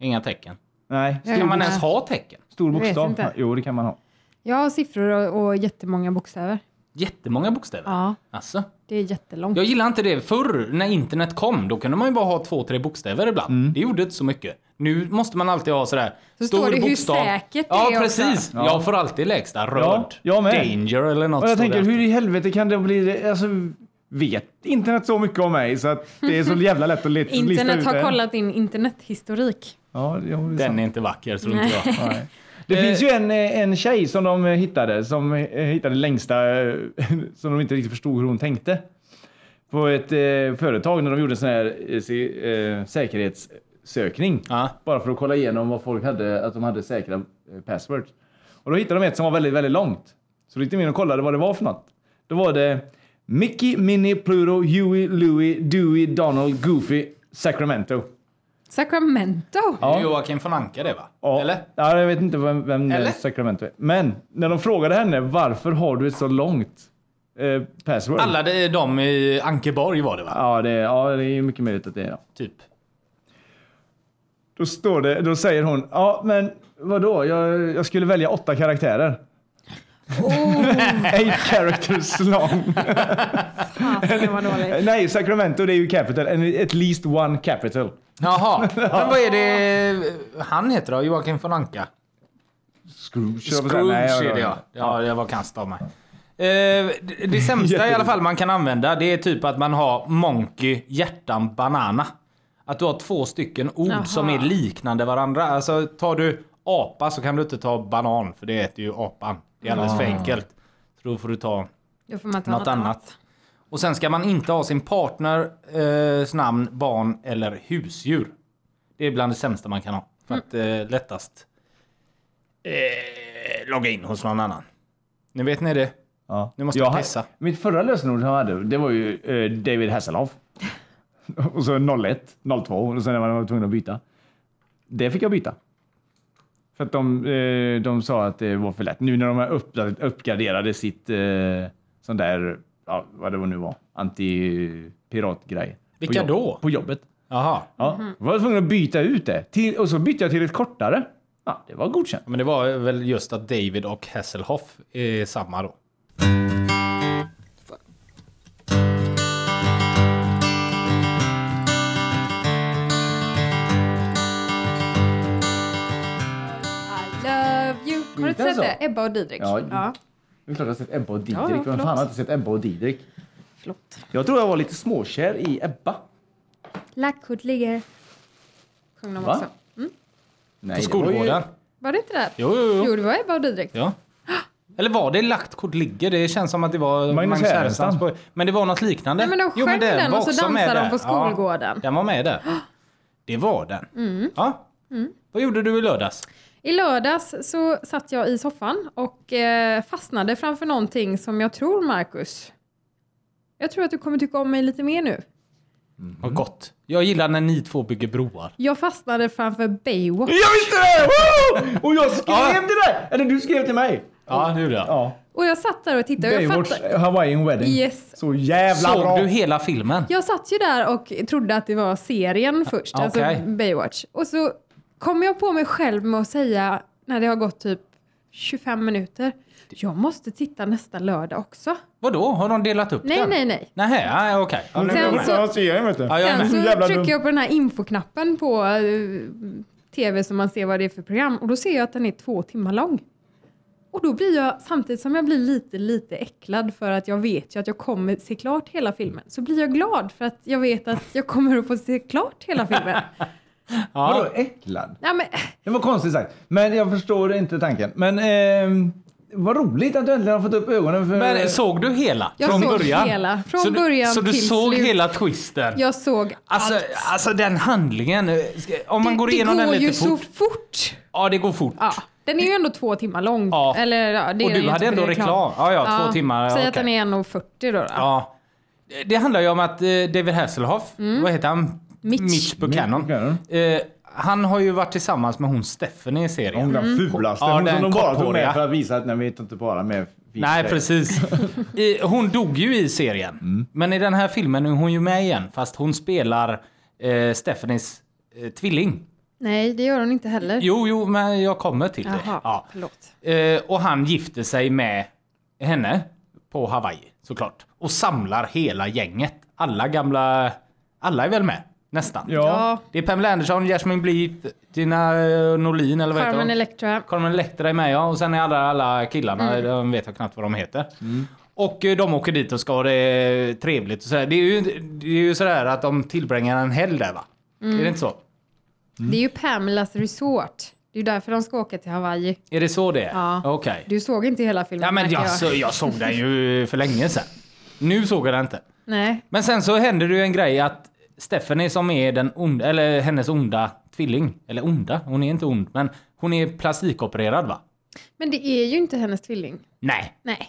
Speaker 1: Inga tecken.
Speaker 3: Nej,
Speaker 2: Ja,
Speaker 1: Kan
Speaker 2: ja.
Speaker 1: man ens ha tecken?
Speaker 3: stor
Speaker 2: vet
Speaker 3: bokstav.
Speaker 2: inte.
Speaker 3: Jo, det kan man ha.
Speaker 2: Jag har siffror och, och jättemånga bokstäver.
Speaker 1: Jättemånga bokstäver?
Speaker 2: Ja,
Speaker 1: Alltså,
Speaker 2: det är jättelångt.
Speaker 1: jag gillar inte det. Förr när internet kom, då kunde man ju bara ha två, tre bokstäver ibland.
Speaker 3: Mm.
Speaker 1: Det gjorde inte så mycket. Nu måste man alltid ha sådär.
Speaker 2: Så står det hur säkert det
Speaker 1: ja,
Speaker 2: är också.
Speaker 1: precis.
Speaker 3: Ja.
Speaker 1: Jag får alltid lägsta röd.
Speaker 3: Ja, jag med.
Speaker 1: Danger eller något.
Speaker 3: Och jag
Speaker 1: står det
Speaker 3: tänker, hur
Speaker 1: alltid.
Speaker 3: i helvete kan det bli... det? Alltså, vet internet så mycket om mig så att
Speaker 2: <laughs>
Speaker 3: det är så jävla lätt att leta, lista ut
Speaker 2: Internet har
Speaker 3: det.
Speaker 2: kollat din internethistorik.
Speaker 3: Ja, jo, det är
Speaker 1: Den
Speaker 3: sant.
Speaker 1: är inte vacker, tror inte jag.
Speaker 3: Nej. <laughs> Det finns ju en, eh, en tjej som de eh, hittade, som eh, hittade längsta, eh, <laughs> som de inte riktigt förstod hur hon tänkte. På ett eh, företag när de gjorde en sån här eh, se- eh, säkerhetssökning.
Speaker 1: Ja.
Speaker 3: Bara för att kolla igenom vad folk hade, att de hade säkra eh, passwords. Och då hittade de ett som var väldigt, väldigt långt. Så då gick de in och kollade vad det var för något. Då var det Mickey, Minnie, Pluto, Huey, Louie, Dewey, Donald, Goofy, Sacramento.
Speaker 2: Sacramento!
Speaker 1: Det är Joakim von Anka det va?
Speaker 3: Ja.
Speaker 1: Eller?
Speaker 3: Ja, jag vet inte vem, vem
Speaker 1: Eller?
Speaker 3: Sacramento är. Men när de frågade henne varför har du ett så långt eh, password?
Speaker 1: Alla de, de i Ankeborg var det va?
Speaker 3: Ja, det, ja, det är ju mycket möjligt att det är ja.
Speaker 1: Typ.
Speaker 3: Då, står det, då säger hon, ja men vadå, jag, jag skulle välja åtta karaktärer. <laughs> Eight characters long.
Speaker 2: Fasen vad dåligt.
Speaker 3: Nej, Sacramento det är ju capital, and at least one capital. <laughs>
Speaker 1: Jaha. Men vad är det han heter då? Joakim von Anka?
Speaker 3: Scrooge. jag får säga.
Speaker 1: Scrooge
Speaker 3: Nej, jag-
Speaker 1: är det ja. Ja, det var kast av mig. Eh, det- det sämsta i alla fall man kan använda det är typ att man har Monkey, hjärtan, banana. Att du har två stycken ord
Speaker 2: Jaha.
Speaker 1: som är liknande varandra. Alltså tar du apa så kan du inte ta banan för det äter ju apan. Det är alldeles för enkelt. Så då får du ta
Speaker 2: Då får man ta
Speaker 1: något annat. Och sen ska man inte ha sin partners namn, barn eller husdjur. Det är bland det sämsta man kan ha. För att eh, lättast eh, logga in hos någon annan. Nu vet ni det.
Speaker 3: Ja.
Speaker 1: Nu måste jag pissa.
Speaker 3: Mitt förra lösenord som jag hade, det var ju eh, David
Speaker 1: <laughs>
Speaker 3: Hasselhoff. och så 01, 02 och sen när man var tvungen att byta. Det fick jag byta. För att de, eh, de sa att det var för lätt. Nu när de har upp, uppgraderade sitt eh, sån där, ja, vad det var nu var, anti-piratgrej.
Speaker 1: Vilka
Speaker 3: på jobb-
Speaker 1: då? Mhm.
Speaker 3: På jobbet.
Speaker 1: Jaha.
Speaker 3: Ja, då var jag tvungen att byta ut det. Till, och så bytte jag till ett kortare. Ja, det var godkänt.
Speaker 1: Men det var väl just att David och Hasselhoff är samma då.
Speaker 2: I love you. Har du inte
Speaker 3: Inte
Speaker 2: sett
Speaker 3: så?
Speaker 2: det? Ebba och Didrik.
Speaker 3: Ja.
Speaker 2: ja.
Speaker 3: Det är klart jag har sett Ebba och Didrik.
Speaker 2: Ja, ja,
Speaker 3: Vem fan
Speaker 2: förlåt.
Speaker 3: har inte sett Ebba och Didrik?
Speaker 2: Förlåt.
Speaker 3: Jag tror jag var lite småkär i Ebba.
Speaker 2: Lackhood ligger... Sjöng de
Speaker 3: Va?
Speaker 2: också.
Speaker 1: På
Speaker 3: Nej, det var ju-
Speaker 1: skolgården.
Speaker 2: Var det inte det?
Speaker 1: Jo, jo, jo.
Speaker 2: Jo, det var Ebba och Didrik.
Speaker 1: Ja. Eller var det lagt kort ligger? Det känns som att det var
Speaker 3: Magnus
Speaker 1: Magnus Härenstam.
Speaker 3: Härenstam.
Speaker 1: Men det var något liknande.
Speaker 2: Nej, men de sjöng den
Speaker 1: var
Speaker 2: och så
Speaker 1: också med
Speaker 2: dansade de
Speaker 1: där.
Speaker 2: på skolgården.
Speaker 1: Ja, den var med där. Det var den. Ja. Vad gjorde du i lördags?
Speaker 2: I lördags så satt jag i soffan och eh, fastnade framför någonting som jag tror, Marcus. Jag tror att du kommer tycka om mig lite mer nu.
Speaker 1: Vad gott. Jag gillar när ni två bygger broar.
Speaker 2: Jag fastnade framför Baywatch.
Speaker 3: Jag visste det! Woo! Och jag skrev
Speaker 1: Ja.
Speaker 3: till dig! Eller du skrev till mig.
Speaker 1: Ja, det gjorde jag.
Speaker 3: Ja.
Speaker 2: Och jag satt där och tittade. Och jag,
Speaker 3: Baywatch eh,
Speaker 2: fattade,
Speaker 3: Hawaiian Wedding.
Speaker 2: Yes.
Speaker 3: Så jävla
Speaker 1: Såg
Speaker 3: bra!
Speaker 1: du hela filmen?
Speaker 2: jag satt ju där och trodde att det var serien först,
Speaker 1: Ah, okej.
Speaker 2: alltså Baywatch. Och så kom jag på mig själv med att säga, när det har gått typ 25 minuter, jag måste titta nästa lördag också.
Speaker 1: Vadå? Har de delat upp
Speaker 2: Nej,
Speaker 1: den?
Speaker 2: nej, nej.
Speaker 1: Nej, nej. okej. Ja, nu-
Speaker 2: Sen så-
Speaker 3: serien vet du.
Speaker 1: Ja, jag är
Speaker 2: Sen
Speaker 1: med.
Speaker 2: så
Speaker 3: Jävla
Speaker 2: trycker
Speaker 3: dum.
Speaker 2: jag på den här infoknappen på eh, tv så man ser vad det är för program och då ser jag att den är två timmar lång. Och då blir jag, samtidigt som jag blir lite, lite äcklad för att jag vet ju att jag kommer se klart hela filmen, så blir jag glad för att jag vet att jag kommer att få se klart
Speaker 1: <laughs>
Speaker 2: hela filmen.
Speaker 1: Ja.
Speaker 3: Vadå äcklad?
Speaker 2: ja, men, eh,
Speaker 3: Det var konstigt sagt. Men jag förstår inte tanken. Men ehm, vad roligt att du äntligen har fått upp ögonen för...
Speaker 1: Men såg du hela?
Speaker 2: Jag
Speaker 1: från
Speaker 2: såg
Speaker 1: början?
Speaker 2: hela. Från
Speaker 1: så du,
Speaker 2: början
Speaker 1: Så du
Speaker 2: till
Speaker 1: såg
Speaker 2: slut.
Speaker 1: hela twisten?
Speaker 2: jag såg
Speaker 1: Alltså,
Speaker 2: allt.
Speaker 1: alltså den handlingen. eh, ska- Om man
Speaker 2: Det-
Speaker 1: går igenom
Speaker 2: det
Speaker 1: den
Speaker 2: går ju
Speaker 1: lite
Speaker 2: så
Speaker 1: fort.
Speaker 2: fort.
Speaker 1: Ja, det går fort.
Speaker 2: Ja, den är ju ändå två timmar lång.
Speaker 1: Ja.
Speaker 2: Eller, ja, det är
Speaker 1: Och
Speaker 2: den
Speaker 1: du
Speaker 2: ju
Speaker 1: hade
Speaker 2: inte,
Speaker 1: ändå
Speaker 2: för det är
Speaker 1: reklam. Ja, ja, två timmar, ja,
Speaker 2: Säg att
Speaker 1: okej.
Speaker 2: den är 1.40 då. då.
Speaker 1: Ja. Det handlar ju om att eh, David Hasselhoff, vad heter han?
Speaker 2: Mm. Mitch.
Speaker 1: Buchanan.
Speaker 3: Mitch Buchanan.
Speaker 1: Eh, han har ju varit tillsammans med hon Stephanie i serien.
Speaker 3: Hon
Speaker 2: Mm.
Speaker 3: den fulaste.
Speaker 1: Ja,
Speaker 3: Hon
Speaker 1: den
Speaker 3: som de bara tog
Speaker 1: korthåriga.
Speaker 3: med för att visa att nej, vi är inte bara med...
Speaker 1: Nej, precis. I,
Speaker 3: <laughs>
Speaker 1: hon dog ju i serien.
Speaker 3: Mm.
Speaker 1: Men i den här filmen är hon ju med igen. Fast hon spelar eh, Stephanies eh, tvilling.
Speaker 2: Nej, det gör hon inte heller.
Speaker 1: Jo, jo, men jag kommer till det.
Speaker 2: Jaha,
Speaker 1: Ja.
Speaker 2: förlåt.
Speaker 1: Eh, och han gifter sig med henne på Hawaii såklart. Och samlar hela gänget. Alla gamla... Alla är väl med? Nästan.
Speaker 3: Ja.
Speaker 1: Det är Pamela Anderson, Jasmine Bleeth, Gina eh, Norlin eller vad heter
Speaker 2: Carmen
Speaker 1: hon?
Speaker 2: Electra. Mm.
Speaker 1: Carmen Electra är med ja. Och sen är alla, alla killarna, de vet jag knappt vad de heter. Och eh, de åker dit och ska ha det trevligt och sådär. Det är ju, det är ju sådär att de tillbringar en helg där va?
Speaker 2: Mm.
Speaker 1: Är det inte så? Mm.
Speaker 2: Det är ju Pamelas resort. Det är ju därför de ska åka till Hawaii.
Speaker 1: Är det så det är?
Speaker 2: Ja.
Speaker 1: Okej.
Speaker 2: Du såg inte hela filmen
Speaker 1: Ja, men
Speaker 2: märker
Speaker 1: jag, så, jag såg den ju för länge sedan. Nu såg jag den inte.
Speaker 2: Nej.
Speaker 1: Men sen så hände det ju en grej att Stephanie som är den onda, eller hennes onda tvilling, eller onda, hon är inte ond, men hon är plastikopererad va?
Speaker 2: Men det är ju inte hennes tvilling.
Speaker 1: Nej,
Speaker 2: Nej.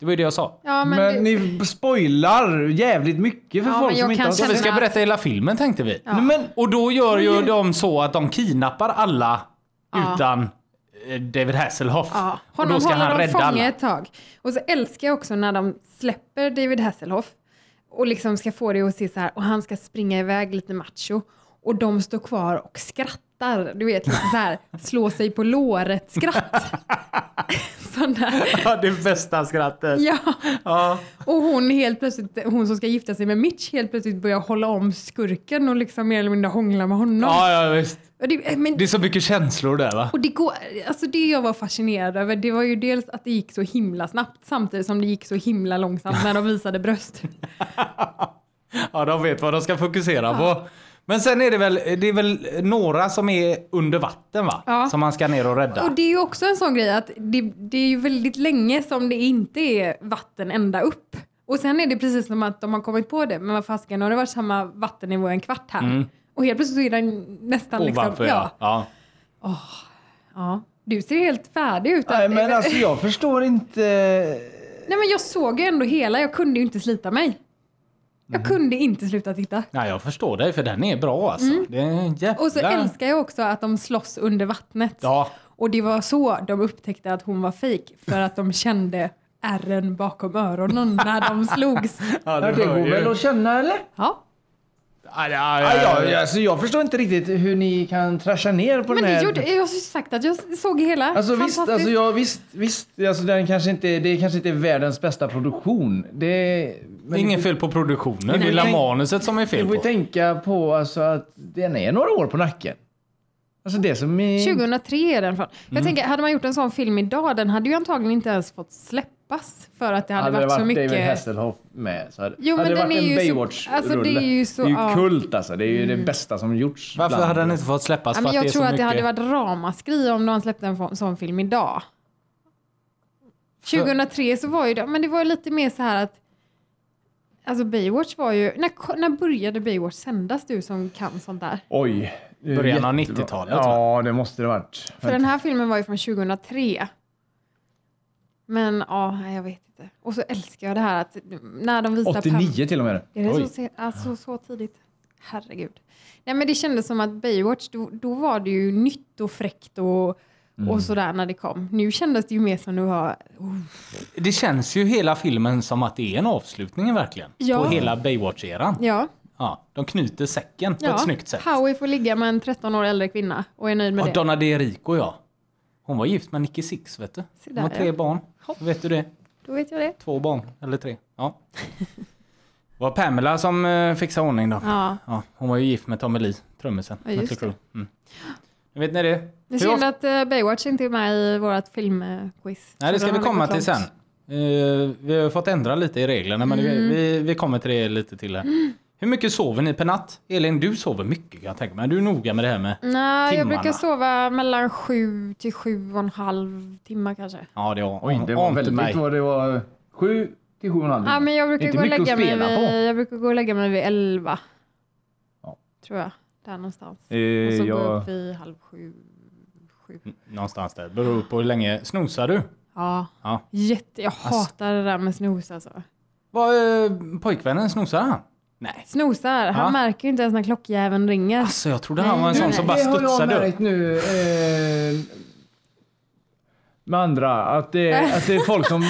Speaker 1: det var ju det jag sa.
Speaker 2: Ja, men,
Speaker 3: Men
Speaker 2: det-
Speaker 3: ni spoilar jävligt mycket för
Speaker 2: Ja,
Speaker 3: folk
Speaker 2: men jag
Speaker 3: som inte
Speaker 2: kan
Speaker 3: har
Speaker 1: Så vi
Speaker 2: känna-
Speaker 1: ska
Speaker 2: att-
Speaker 1: berätta hela filmen tänkte vi.
Speaker 2: Ja.
Speaker 3: Men
Speaker 1: Och då gör ju de så att de kidnappar alla
Speaker 2: Ja.
Speaker 1: utan eh, David Hasselhoff.
Speaker 2: ja.
Speaker 1: Och
Speaker 2: Honom
Speaker 1: då ska
Speaker 2: håller
Speaker 1: han
Speaker 2: de
Speaker 1: rädda
Speaker 2: fånge
Speaker 1: alla.
Speaker 2: ett tag. Och så älskar jag också när de släpper David Hasselhoff och liksom ska få det att se så här och han ska springa iväg lite macho och de står kvar och skrattar. Du vet, lite så här slå sig på låret-skratt.
Speaker 1: <laughs>
Speaker 2: <laughs> Sån där.
Speaker 1: <laughs> Ja, det bästa skrattet.
Speaker 2: Ja.
Speaker 1: Ja.
Speaker 2: Och hon helt plötsligt, hon som ska gifta sig med Mitch helt plötsligt börjar hålla om skurken och liksom mer eller mindre hångla med honom.
Speaker 1: Ja, ja, visst.
Speaker 2: Och det, eh, men,
Speaker 1: Det är så mycket känslor där va?
Speaker 2: och det, går, alltså det jag var fascinerad över det var ju dels att det gick så himla snabbt samtidigt som det gick så himla långsamt när de
Speaker 1: <laughs>
Speaker 2: visade bröst.
Speaker 1: Ja, de vet vad de ska fokusera på. Men sen är det väl, det är väl några som är under vatten va?
Speaker 2: Ja.
Speaker 1: Som man ska ner och rädda.
Speaker 2: Och det är ju också en sån grej att det, det är ju väldigt länge som det inte är vatten ända upp. Och Och sen är det precis som att de har kommit på det, men vad fasiken, har det varit samma vattennivå en kvart här?
Speaker 1: Mm.
Speaker 2: Och helt plötsligt så är den nästan
Speaker 1: Ovanför
Speaker 2: liksom... Ja,
Speaker 1: ja. ja.
Speaker 2: ja. Du ser helt färdig ut.
Speaker 3: Nej, men alltså jag förstår inte.
Speaker 2: Nej men jag såg ju ändå hela, jag kunde ju inte slita mig. Jag
Speaker 3: Mhm.
Speaker 2: kunde inte sluta titta.
Speaker 1: Nej, jag förstår dig för den är bra alltså. Det är en jävla...
Speaker 2: Mm. Och så älskar jag också att de slåss under vattnet.
Speaker 1: Ja,
Speaker 2: Och det var så de upptäckte att hon var fejk, för att de kände ärren bakom öronen när de slogs.
Speaker 1: ja
Speaker 3: <laughs> Ja, det går väl att känna eller?
Speaker 2: Ja,
Speaker 1: Ja, ja,
Speaker 3: Ja,
Speaker 1: ja,
Speaker 3: ja, ja, alltså jag förstår inte riktigt hur ni kan trasha ner på
Speaker 2: men
Speaker 3: den här.
Speaker 2: det gjorde, jag har ju sagt att jag såg hela.
Speaker 3: Alltså visst,
Speaker 2: Fantastiskt.
Speaker 3: alltså jag, visst, visst alltså den kanske inte, det kanske inte är världens bästa produktion. Det, men
Speaker 1: Det är Ingen fel på produktionen, det är
Speaker 3: Nej.
Speaker 1: lilla manuset som är
Speaker 3: Du
Speaker 1: fel
Speaker 3: får ju
Speaker 1: på.
Speaker 3: tänka på alltså att den är några år på nacken. Alltså det som är...
Speaker 2: 2003 är den från. Jag
Speaker 3: Mm.
Speaker 2: tänker, hade man gjort en sån film idag, den hade ju antagligen inte ens fått släppas för att det hade,
Speaker 3: hade det
Speaker 2: varit så
Speaker 3: varit
Speaker 2: mycket...
Speaker 3: David Hasselhoff med så hade,
Speaker 2: Jo,
Speaker 3: hade
Speaker 2: men
Speaker 3: det
Speaker 2: den
Speaker 3: varit
Speaker 2: är
Speaker 3: en
Speaker 2: ju så-
Speaker 3: Baywatch-rulle.
Speaker 2: alltså, det är ju så- Mm.
Speaker 3: det är ju
Speaker 2: ja.
Speaker 3: kult alltså. Det är ju det bästa som gjorts.
Speaker 1: Varför
Speaker 3: bland-
Speaker 1: hade den inte fått släppas?
Speaker 2: Ja,
Speaker 1: för
Speaker 2: men
Speaker 1: att
Speaker 2: jag
Speaker 1: det är
Speaker 2: tror
Speaker 1: så
Speaker 2: att det
Speaker 1: mycket...
Speaker 2: hade varit ramaskri om de släppte en fo- sån film idag. 2003 så var ju det, men det var lite mer så här att Alltså Baywatch var ju, när, ko- när började Baywatch sändas du som kan sånt där?
Speaker 3: Oj. det är
Speaker 1: Början av
Speaker 3: jättebra.
Speaker 1: 90-talet,
Speaker 3: Ja, det måste det ha varit.
Speaker 2: För den här filmen var ju från 2003. Men ja, nej, jag vet inte. Och så älskar jag det här att när de visar Pam-
Speaker 3: 89 till och med.
Speaker 2: Är det
Speaker 1: Oj. Ah.
Speaker 2: så, sen- alltså, så tidigt? Herregud. Nej, men det kändes som att Baywatch, då, då var det ju nytt och fräckt och,
Speaker 1: Mm.
Speaker 2: och sådär när det kom. Nu kändes det ju mer som du har... Oh,
Speaker 1: Det känns ju hela filmen som att det är en avslutning verkligen.
Speaker 2: Ja.
Speaker 1: På hela Baywatch-eran.
Speaker 2: ja.
Speaker 1: Ja, de knyter säcken på
Speaker 2: ja.
Speaker 1: ett snyggt sätt.
Speaker 2: Howie får ligga med en 13 år äldre kvinna och är nöjd med
Speaker 1: Och
Speaker 2: det.
Speaker 1: Donna De Rico ja. Hon var gift med Nicky Six vet du.
Speaker 2: Se
Speaker 1: Hon
Speaker 2: där,
Speaker 1: har tre
Speaker 2: ja.
Speaker 1: barn. Vet du det?
Speaker 2: Då vet jag det.
Speaker 1: Två barn, eller tre. Ja. Det var Pamela som eh, fixade ordning då.
Speaker 2: Ja.
Speaker 1: Ja, hon var ju gift med Tommy Lee, trummisen.
Speaker 2: Ja, just
Speaker 1: Mötley Crüe. Mm. Nu vet ni det.
Speaker 2: Det är
Speaker 1: Hur
Speaker 2: synd
Speaker 1: ofta-
Speaker 2: att eh, Baywatch inte är med i vårt filmquiz.
Speaker 1: Nej, det ska vi komma till sen. Eh, vi har fått ändra lite i reglerna, men
Speaker 2: Mm.
Speaker 1: vi, vi, vi kommer till det lite till här. Hur mycket sover ni per natt? Elin, du sover mycket kan jag tänka mig. Du är noga med det här med...
Speaker 2: Nej, jag
Speaker 1: Timmarna.
Speaker 2: brukar sova mellan sju till sju och en halv timmar kanske.
Speaker 1: Ja, det har
Speaker 3: Oj, det var
Speaker 1: ante
Speaker 3: väldigt
Speaker 1: mig.
Speaker 3: vad det var. Sju till sju och en halv.
Speaker 2: Ja, men jag brukar,
Speaker 3: Inte
Speaker 2: gå och
Speaker 3: mycket att
Speaker 2: lägga mig
Speaker 3: spela på.
Speaker 2: vid, jag brukar gå och lägga mig vid elva.
Speaker 3: Ja.
Speaker 2: Tror jag. Där någonstans.
Speaker 3: Eh,
Speaker 2: och så går jag
Speaker 3: jag-
Speaker 2: upp vid halv sju. sju.
Speaker 1: Någonstans där. Beror på hur länge... Snosar du?
Speaker 2: Ja.
Speaker 1: Ja.
Speaker 2: Jätte, jag
Speaker 3: Alltså-
Speaker 2: hatar det där med snus alltså.
Speaker 1: Vad, eh, pojkvännen, snosar han? Nej.
Speaker 2: Snosar, han
Speaker 1: Ja.
Speaker 2: märker ju inte ens när klockjäveln ringer.
Speaker 1: Alltså jag trodde han var en
Speaker 2: Nej,
Speaker 1: sån
Speaker 2: nej,
Speaker 1: som bara
Speaker 3: Det har jag
Speaker 1: studsade upp.
Speaker 3: märkt nu. Eh, med andra, att det, att det är folk
Speaker 2: <laughs>
Speaker 3: som...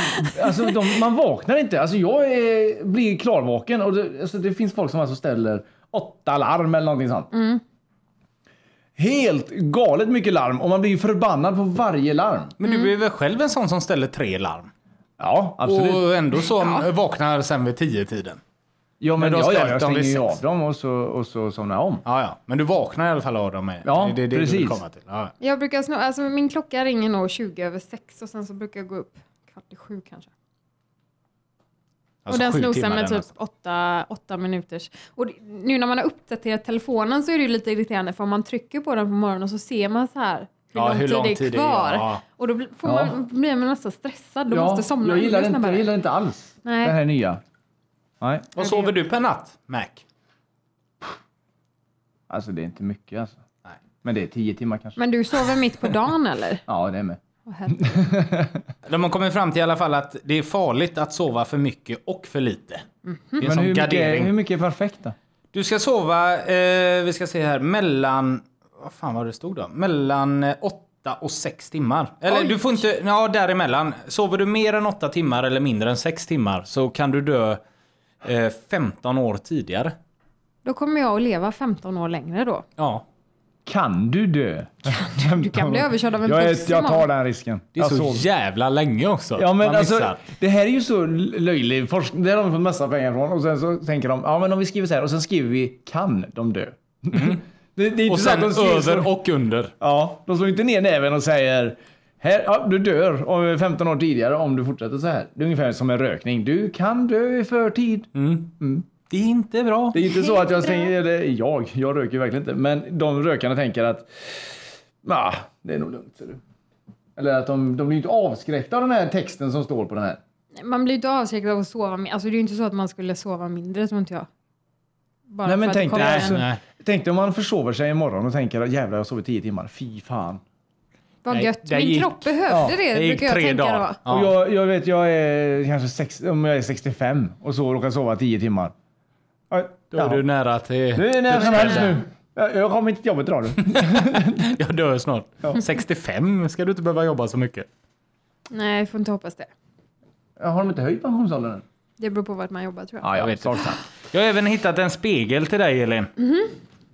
Speaker 3: Alltså de, man vaknar inte. Alltså jag är, blir klarvaken och det, alltså det finns folk som alltså ställer åtta larm eller någonting sånt.
Speaker 2: Mm.
Speaker 3: Helt galet mycket larm och man blir ju förbannad på varje larm.
Speaker 1: Men du är väl själv en sån som ställer tre larm?
Speaker 3: Ja, Mm. absolut.
Speaker 1: Och ändå så vaknar sen vid tio tiden.
Speaker 3: ja, men
Speaker 1: men då
Speaker 3: jag, jag,
Speaker 1: ställer de
Speaker 3: jag stänger
Speaker 1: vid
Speaker 3: ju
Speaker 1: sex.
Speaker 3: av dem och så, och så somnar jag om.
Speaker 1: Ja, ja. Men du vaknar i alla fall av dem med.
Speaker 3: Ja,
Speaker 1: det är det du vill
Speaker 3: precis.
Speaker 1: komma till. Ja, ja.
Speaker 2: Jag brukar sno, alltså min klocka ringer nog 20 över sex och sen så brukar jag gå upp kvart i sju kanske.
Speaker 1: Alltså,
Speaker 2: och
Speaker 1: sju
Speaker 2: den snosar
Speaker 1: timmar
Speaker 2: med
Speaker 1: den
Speaker 2: typ
Speaker 1: nästan.
Speaker 2: åtta, åtta minuters. Och det- nu när man har uppdaterat telefonen så är det ju lite irriterande för om man trycker på den på morgonen så ser man så här hur,
Speaker 1: Ja,
Speaker 2: lång,
Speaker 1: hur lång
Speaker 2: tid
Speaker 1: tid
Speaker 2: det
Speaker 1: det
Speaker 2: är
Speaker 1: är,
Speaker 2: kvar.
Speaker 1: ja.
Speaker 2: Och då blir- får
Speaker 3: Ja.
Speaker 2: man, blir man nästan stressad. Då
Speaker 3: Ja,
Speaker 2: måste somna
Speaker 3: jag, gillar
Speaker 2: ännu
Speaker 3: inte, jag
Speaker 2: snabbare.
Speaker 3: gillar inte alls
Speaker 2: Nej.
Speaker 3: det här nya. Nej,
Speaker 1: Vad sover du per natt, Mac?
Speaker 3: alltså det är inte mycket alltså.
Speaker 1: Nej.
Speaker 3: Men det är tio timmar kanske.
Speaker 2: Men du sover mitt på dagen eller?
Speaker 3: Ja, det är med.
Speaker 2: Åh, herregud.
Speaker 1: De har kommit fram till i alla fall att det är farligt att sova för mycket och för lite. Det är en
Speaker 3: Men
Speaker 1: sån
Speaker 3: hur mycket, är,
Speaker 1: gardering.
Speaker 3: hur mycket är perfekt då?
Speaker 1: Du ska sova, eh, vi ska se här, mellan... Vad fan var det stod då? Mellan eh, åtta och sex timmar. Eller
Speaker 2: Oj.
Speaker 1: du får inte... Ja, däremellan. Sover du mer än åtta timmar eller mindre än sex timmar så kan du dö eh, 15 år tidigare.
Speaker 2: Då kommer jag att leva 15 år längre då.
Speaker 1: Ja.
Speaker 3: Kan du dö?
Speaker 2: Du kan bli överkörd av en
Speaker 3: jag,
Speaker 2: buss
Speaker 3: är, jag tar
Speaker 2: imorgon.
Speaker 3: den risken.
Speaker 1: Det är
Speaker 3: jag
Speaker 1: så
Speaker 3: sov.
Speaker 1: Alltså, jävla länge också.
Speaker 3: Ja, men
Speaker 1: Man
Speaker 3: alltså,
Speaker 1: missar.
Speaker 3: det här är ju så löjlig forskning. Det har de fått massa pengar från. Och sen så tänker de, ja men om vi skriver så här och sen skriver vi kan de dö. <laughs> det, det är
Speaker 1: Mm. Och
Speaker 3: inte så att
Speaker 1: sen
Speaker 3: de skriver
Speaker 1: över
Speaker 3: Så,
Speaker 1: och under.
Speaker 3: ja, de slår inte ner näven och säger här, ja, du dör om 15 år tidigare om du fortsätter så här. Det är ungefär som en rökning. Du kan dö i förtid.
Speaker 1: Det är inte bra.
Speaker 3: Det är inte så att jag tänker, eller jag, jag röker ju verkligen inte, men de rökarna tänker att nah, det är nog lugnt. Ser du. Eller att de, de blir ju inte avskräckta av den här texten som står på den här.
Speaker 2: Man blir ju inte avskräckt av att sova mindre. Alltså det är ju inte så att man skulle sova mindre, tror inte jag. Bara
Speaker 3: Nej, men
Speaker 2: för att det
Speaker 3: tänk
Speaker 2: kommer
Speaker 3: dig,
Speaker 2: en-
Speaker 3: alltså, Tänk dig om man försover sig imorgon och tänker jävlar jag sover 10 timmar. Fy fan.
Speaker 2: Vad
Speaker 1: Nej,
Speaker 2: gött.
Speaker 1: det
Speaker 2: Min
Speaker 1: gick-
Speaker 2: kropp behövde
Speaker 3: Ja,
Speaker 2: det,
Speaker 1: Det gick
Speaker 2: brukar jag
Speaker 1: tre
Speaker 2: tänka
Speaker 1: dagar.
Speaker 2: då.
Speaker 3: Och
Speaker 1: Ja.
Speaker 3: jag, jag vet, jag är kanske sex, om jag är 65 och så råkar sova 10 timmar. Ja,
Speaker 1: Då är du nära till...
Speaker 3: Nu är det
Speaker 1: <laughs>
Speaker 3: när som helst nu. Jag, jag kommer inte till jobbet idag nu.
Speaker 1: Jag dör snart. 65 ska du inte behöva jobba så mycket.
Speaker 2: Nej, jag får inte hoppas det.
Speaker 3: Har de inte höjt pensionsåldern än?
Speaker 2: Det beror på vart man jobbar tror jag.
Speaker 1: jag vet inte. Jag har även hittat en spegel till dig Elin.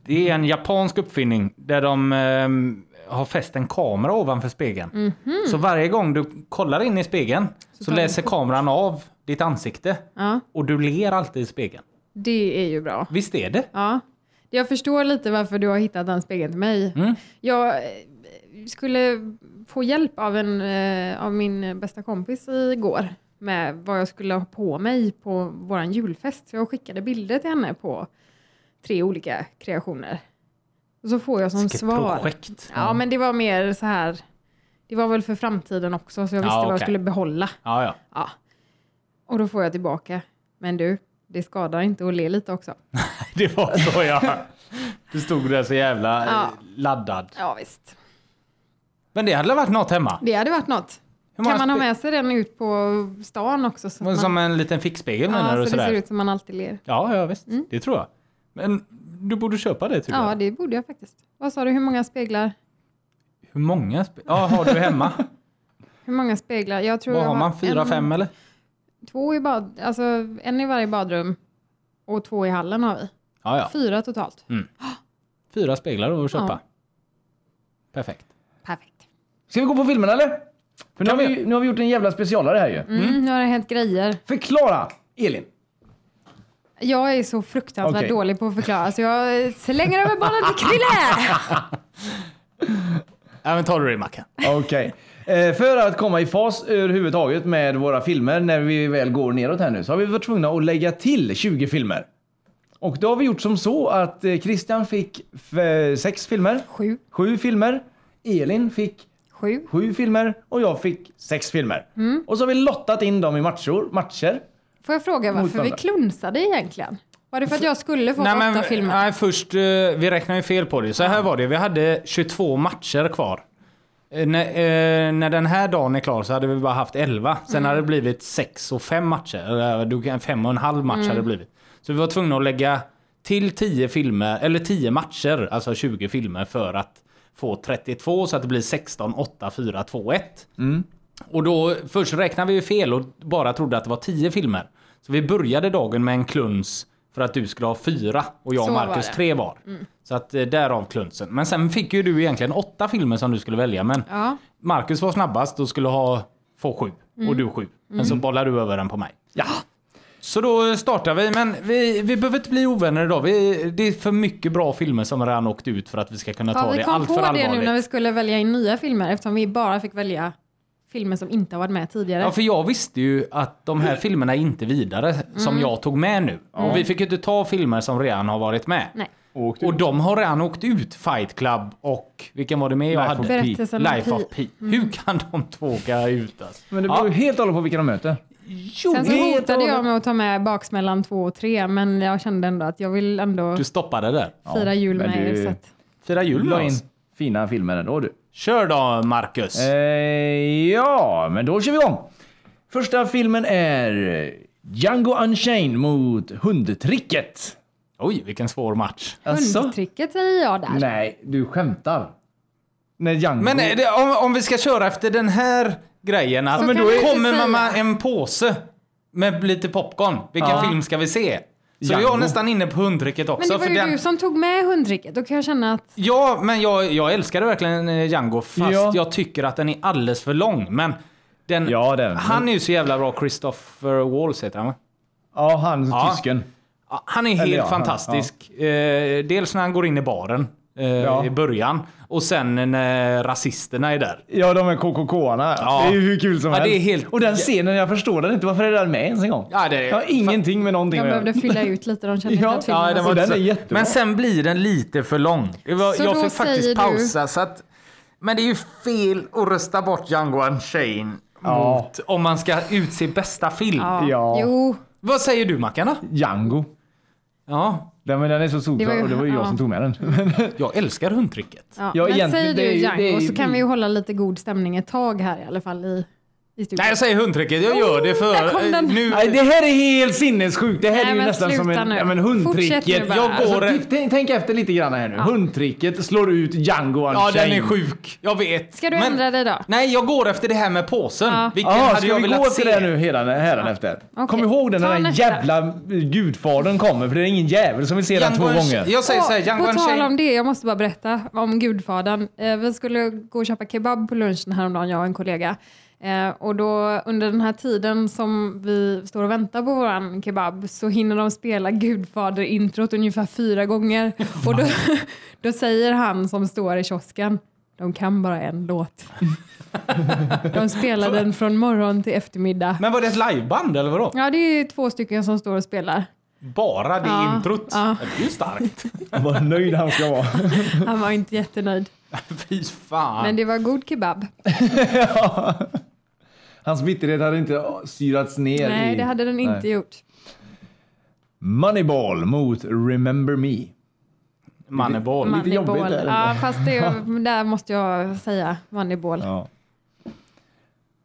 Speaker 1: Det är en japansk uppfinning där de ehm, har fäst en kamera ovanför spegeln. Så varje gång du kollar in i spegeln så,
Speaker 2: tar den
Speaker 1: läser kameran av ditt ansikte
Speaker 2: Ja,
Speaker 1: och du ler alltid i spegeln.
Speaker 2: det är ju bra.
Speaker 1: Visst är det?
Speaker 2: Ja. Jag förstår lite varför du har hittat den spegeln till mig.
Speaker 1: Mm.
Speaker 2: Jag eh, skulle få hjälp av, en, eh, av min bästa kompis igår med vad jag skulle ha på mig på vår julfest. Så jag skickade bilder till henne på tre olika kreationer. Och så får jag som
Speaker 1: Vilket
Speaker 2: svar.
Speaker 1: projekt.
Speaker 2: Ja, men det var mer så här. Det var väl för framtiden också, så jag
Speaker 1: Ja,
Speaker 2: visste vad jag
Speaker 1: okej.
Speaker 2: skulle behålla.
Speaker 1: Ja,
Speaker 2: <laughs>
Speaker 1: ja.
Speaker 2: Ja. Och då får jag tillbaka. Men du, det skadar inte att le lite också.
Speaker 1: Det var så ja. Du stod där så jävla eh,
Speaker 2: Ja.
Speaker 1: laddad.
Speaker 2: Ja, visst.
Speaker 1: Men det hade varit något hemma?
Speaker 2: Det hade varit något.
Speaker 1: Hur många
Speaker 2: Kan man ha
Speaker 1: spe-
Speaker 2: med sig den ut på stan också? Så att
Speaker 1: Men
Speaker 2: man,
Speaker 1: Som en liten fickspegel menar
Speaker 2: ja,
Speaker 1: du?
Speaker 2: så det
Speaker 1: sådär?
Speaker 2: ser ut som man alltid ler.
Speaker 1: Ja, ja visst. Det tror jag. Men du borde köpa det tycker
Speaker 2: Mm. Ja,
Speaker 1: jag.
Speaker 2: det borde jag faktiskt. Vad sa du, hur många speglar?
Speaker 1: Hur många spe- Ja, har du
Speaker 2: <laughs>
Speaker 1: hemma?
Speaker 2: Hur många speglar? Jag tror
Speaker 1: Vad
Speaker 2: jag
Speaker 1: har man? Fyra,
Speaker 2: en-
Speaker 1: fem eller?
Speaker 2: Två i bad, alltså en i varje badrum och två i hallen har vi.
Speaker 1: Ja, Mm. ja.
Speaker 2: Fyra totalt.
Speaker 1: Fyra speglar att köpa. Perfekt.
Speaker 2: Perfekt.
Speaker 3: Ska vi gå på filmen eller? För nu, har
Speaker 1: Kan vi
Speaker 3: vi, nu har vi gjort en jävla specialare här ju.
Speaker 2: Mm, Nu har det hänt grejer.
Speaker 3: Förklara! Elin.
Speaker 2: Jag är så fruktansvärt
Speaker 3: Okej.
Speaker 2: dålig på att förklara så jag slänger över bollen till Krille!
Speaker 1: Ja, men tar du det Mackan?
Speaker 3: Okej. Eh, För att komma i fas överhuvudtaget med våra filmer när vi väl går neråt här nu så har vi varit tvungna att lägga till 20 filmer. Och då har vi gjort som så att eh, Christian fick f- eh, sex filmer,
Speaker 2: <laughs> Sju.
Speaker 3: sju filmer, Elin fick
Speaker 2: Sju.
Speaker 3: sju filmer och jag fick sex filmer.
Speaker 2: Mm.
Speaker 3: Och så har vi lottat in dem i matcher. matcher.
Speaker 2: Får jag fråga varför vi
Speaker 3: Motståndare.
Speaker 2: klunsade egentligen? Var det för att jag skulle få åtta filmer?
Speaker 1: nej, först, eh, vi räknar ju fel på det. Så här var det, vi hade 22 matcher kvar. Eh, När, eh, när den här dagen är klar så hade vi bara haft 11. Sen
Speaker 2: Mm.
Speaker 1: hade det blivit 6 och 5 matcher. Eller eh, du kan- fem och en halv match
Speaker 2: Mm.
Speaker 1: hade det blivit. Så vi var tvungna att lägga till 10 filmer, eller 10 matcher, alltså 20 filmer för att få 32 så att det blir 16, 8, 4, 2, 1. Och då först räknade vi ju fel och bara trodde att det var 10 filmer. Så vi började dagen med en kluns för att du skulle ha fyra och jag och
Speaker 2: Så var
Speaker 1: Marcus
Speaker 2: det. Mm.
Speaker 1: tre var. Så att eh, därav klunsen. Men sen fick ju du egentligen åtta filmer som du skulle välja men
Speaker 2: Ja.
Speaker 1: Marcus var snabbast och skulle ha, få sju och
Speaker 2: Mm.
Speaker 1: du sju. Men så bollade du över den på mig.
Speaker 3: Ja.
Speaker 1: Så då eh, startar vi, men vi, vi behöver inte bli ovänner idag. Vi, det är för mycket bra filmer som redan åkt ut för att vi ska kunna ta
Speaker 2: Ja, vi
Speaker 1: det
Speaker 2: kom
Speaker 1: allt för
Speaker 2: på det
Speaker 1: allvarligt.
Speaker 2: nu när vi skulle välja in nya filmer eftersom vi bara fick välja filmer som inte har varit med tidigare.
Speaker 1: Ja, för jag visste ju att de här filmerna är inte vidare
Speaker 2: Mm.
Speaker 1: som jag tog med nu. Och vi fick ju inte ta filmer som redan har varit med.
Speaker 2: Nej.
Speaker 3: Och
Speaker 1: Och de har redan åkt ut, Fight Club och vilken var det med jag
Speaker 3: Life
Speaker 1: hade?
Speaker 3: of
Speaker 2: Berättelsen om
Speaker 1: Life
Speaker 2: Pi. Mm.
Speaker 1: of Pi. Hur kan de två åka ut alltså?
Speaker 3: Men det beror ju
Speaker 1: ja.
Speaker 3: helt och hållet på vilka de möter.
Speaker 1: jo,
Speaker 2: Sen så
Speaker 1: helt
Speaker 2: hotade
Speaker 1: och-
Speaker 2: jag med att ta med Baksmällan 2 och 3 men jag kände ändå att jag vill ändå
Speaker 1: Du stoppade där.
Speaker 2: fira jul
Speaker 3: men
Speaker 2: med
Speaker 3: du-
Speaker 2: er. Så att,
Speaker 1: Fira jul
Speaker 3: Du la
Speaker 1: med
Speaker 3: in
Speaker 1: oss.
Speaker 3: fina filmer ändå du.
Speaker 1: Kör då, Marcus.
Speaker 3: Eh, ja, men då kör vi igång. Första filmen är Django Unchained mot Hundtricket.
Speaker 1: Oj, vilken svår match.
Speaker 2: Hundtricket säger jag där.
Speaker 3: Nej, du skämtar. När Django...
Speaker 1: Men är det, om, om vi ska köra efter den här grejen, att
Speaker 2: Så
Speaker 1: men
Speaker 2: kan
Speaker 1: då
Speaker 2: vi inte
Speaker 1: kommer
Speaker 2: säga.
Speaker 1: man med en påse med lite popcorn. Vilken film ska vi se? Så
Speaker 3: Django.
Speaker 1: jag är nästan inne på hundtricket också.
Speaker 2: Men det var
Speaker 1: för
Speaker 2: ju
Speaker 1: den-
Speaker 2: du som tog med hundtricket. Då kan jag känna att
Speaker 1: Ja, men jag, jag älskade verkligen eh, Django fast
Speaker 3: Ja.
Speaker 1: jag tycker att den är alldeles för lång. Men den,
Speaker 3: Ja, den-
Speaker 1: han är ju så jävla bra, Christopher Walls heter han va?
Speaker 3: Ja, han
Speaker 1: Ja.
Speaker 3: tysken.
Speaker 1: Ja, Han är helt
Speaker 3: ja, han-
Speaker 1: fantastisk. Eh, dels när han går in i baren eh,
Speaker 3: Ja.
Speaker 1: i början och sen när rasisterna är där.
Speaker 3: Ja, de är KKK-arna.
Speaker 1: Ja.
Speaker 3: Det är ju hur kul som
Speaker 1: Ja,
Speaker 3: helst.
Speaker 1: det är helt-
Speaker 3: Och den scenen, jag förstår den inte. Varför är den med ens en gång?
Speaker 1: Ja, det är-
Speaker 3: Jag har ingenting med någonting
Speaker 2: de
Speaker 3: att göra.
Speaker 2: behövde fylla ut lite. De kände inte
Speaker 3: Ja,
Speaker 2: att filmen
Speaker 1: Ja,
Speaker 2: var
Speaker 1: den
Speaker 2: så
Speaker 1: var
Speaker 3: Alltså, den
Speaker 1: inte
Speaker 3: är
Speaker 1: så-
Speaker 3: jättebra.
Speaker 1: Men sen blir den lite för lång. Det var,
Speaker 2: Så då
Speaker 1: jag fick faktiskt
Speaker 2: säger du-
Speaker 1: pausa. Så att, men det är ju fel att rösta bort Django Unchained
Speaker 3: Ja.
Speaker 1: mot om man ska utse bästa film.
Speaker 3: Ja.
Speaker 2: Jo,
Speaker 1: Vad säger du Mackan då?
Speaker 3: Django.
Speaker 1: Ja,
Speaker 3: Den, men den är så
Speaker 2: Det
Speaker 3: solklar
Speaker 2: var ju-
Speaker 3: och det var ju jag
Speaker 2: ja.
Speaker 3: som tog med den. <laughs>
Speaker 1: jag älskar hundtrycket.
Speaker 2: ja.
Speaker 3: Ja,
Speaker 2: men
Speaker 3: egentligen,
Speaker 2: säger
Speaker 3: det är
Speaker 2: du
Speaker 3: ju- det är
Speaker 2: Django
Speaker 3: ju-
Speaker 2: så kan vi ju hålla lite god stämning ett tag här i alla fall i, i studion.
Speaker 1: Nej, jag säger hundtrycket. Jag gör det för...
Speaker 2: Oh, där kom den.
Speaker 1: eh, Nu,
Speaker 3: Nej, det här är helt sinnessjukt. Det här
Speaker 2: Nej,
Speaker 3: är ju
Speaker 2: men
Speaker 3: nästan som
Speaker 2: sluta
Speaker 3: en,
Speaker 2: nu.
Speaker 3: ja, men
Speaker 2: Fortsätt
Speaker 3: hundtricket.
Speaker 2: nu bara.
Speaker 3: Jag går...
Speaker 1: Alltså,
Speaker 3: Alltså, tänk, tänk efter lite grann här nu. Hundtricket slår ut Django
Speaker 1: ja, den är
Speaker 3: Unchained.
Speaker 1: sjuk. Jag vet.
Speaker 2: Ska du ändra dig då?
Speaker 1: Nej, jag går efter det här med påsen.
Speaker 2: Ja.
Speaker 1: Vilken
Speaker 3: Jaha,
Speaker 1: hade
Speaker 3: ska
Speaker 1: jag
Speaker 3: vi
Speaker 1: velat
Speaker 3: gå
Speaker 1: se?
Speaker 3: till det nu hädan- hädanefter?
Speaker 2: Okej.
Speaker 3: Kom ihåg den
Speaker 2: Ta
Speaker 3: när den
Speaker 2: nästa.
Speaker 3: jävla gudfadern kommer för det är ingen jävel som vill se den
Speaker 1: Django
Speaker 3: två
Speaker 1: Unch-
Speaker 3: gånger.
Speaker 1: Jag säger så här,
Speaker 2: Åh,
Speaker 1: Django
Speaker 2: på tal
Speaker 1: Unchained.
Speaker 2: om det, jag måste bara berätta om Gudfadern. Eh, vi skulle gå och köpa kebab på lunchen häromdagen, jag och en kollega. Eh, och då under den här tiden som vi står och väntar på våran kebab så hinner de spela Gudfader-introt ungefär fyra gånger. och då, <laughs> då säger han som står i kiosken, de kan bara en låt. de spelar den från morgon till eftermiddag.
Speaker 1: Men var det ett liveband eller vadå?
Speaker 2: Ja, det är två stycken som står och spelar.
Speaker 1: Bara det
Speaker 2: Ja,
Speaker 1: introt?
Speaker 2: ja.
Speaker 1: Det är ju starkt. <laughs>
Speaker 3: Vad nöjd han ska vara.
Speaker 2: Han var inte jättenöjd.
Speaker 1: Fy fan.
Speaker 2: Men det var god kebab.
Speaker 3: Hans bitterhet hade inte syrats ner
Speaker 2: Nej,
Speaker 3: i...
Speaker 2: det hade den
Speaker 3: Nej.
Speaker 2: inte gjort.
Speaker 3: Moneyball mot Remember Me.
Speaker 1: Moneyball.
Speaker 3: Man- Lite jobbigt
Speaker 2: Moneyball.
Speaker 3: där.
Speaker 2: Ja, fast det, <laughs> där måste jag säga Moneyball.
Speaker 3: Ja.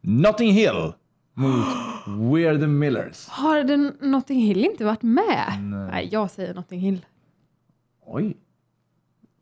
Speaker 3: Notting Hill
Speaker 2: <gasps>
Speaker 3: mot We're the Millers.
Speaker 2: Har den Notting Hill inte varit med? Nej, jag säger Notting Hill.
Speaker 3: Oj.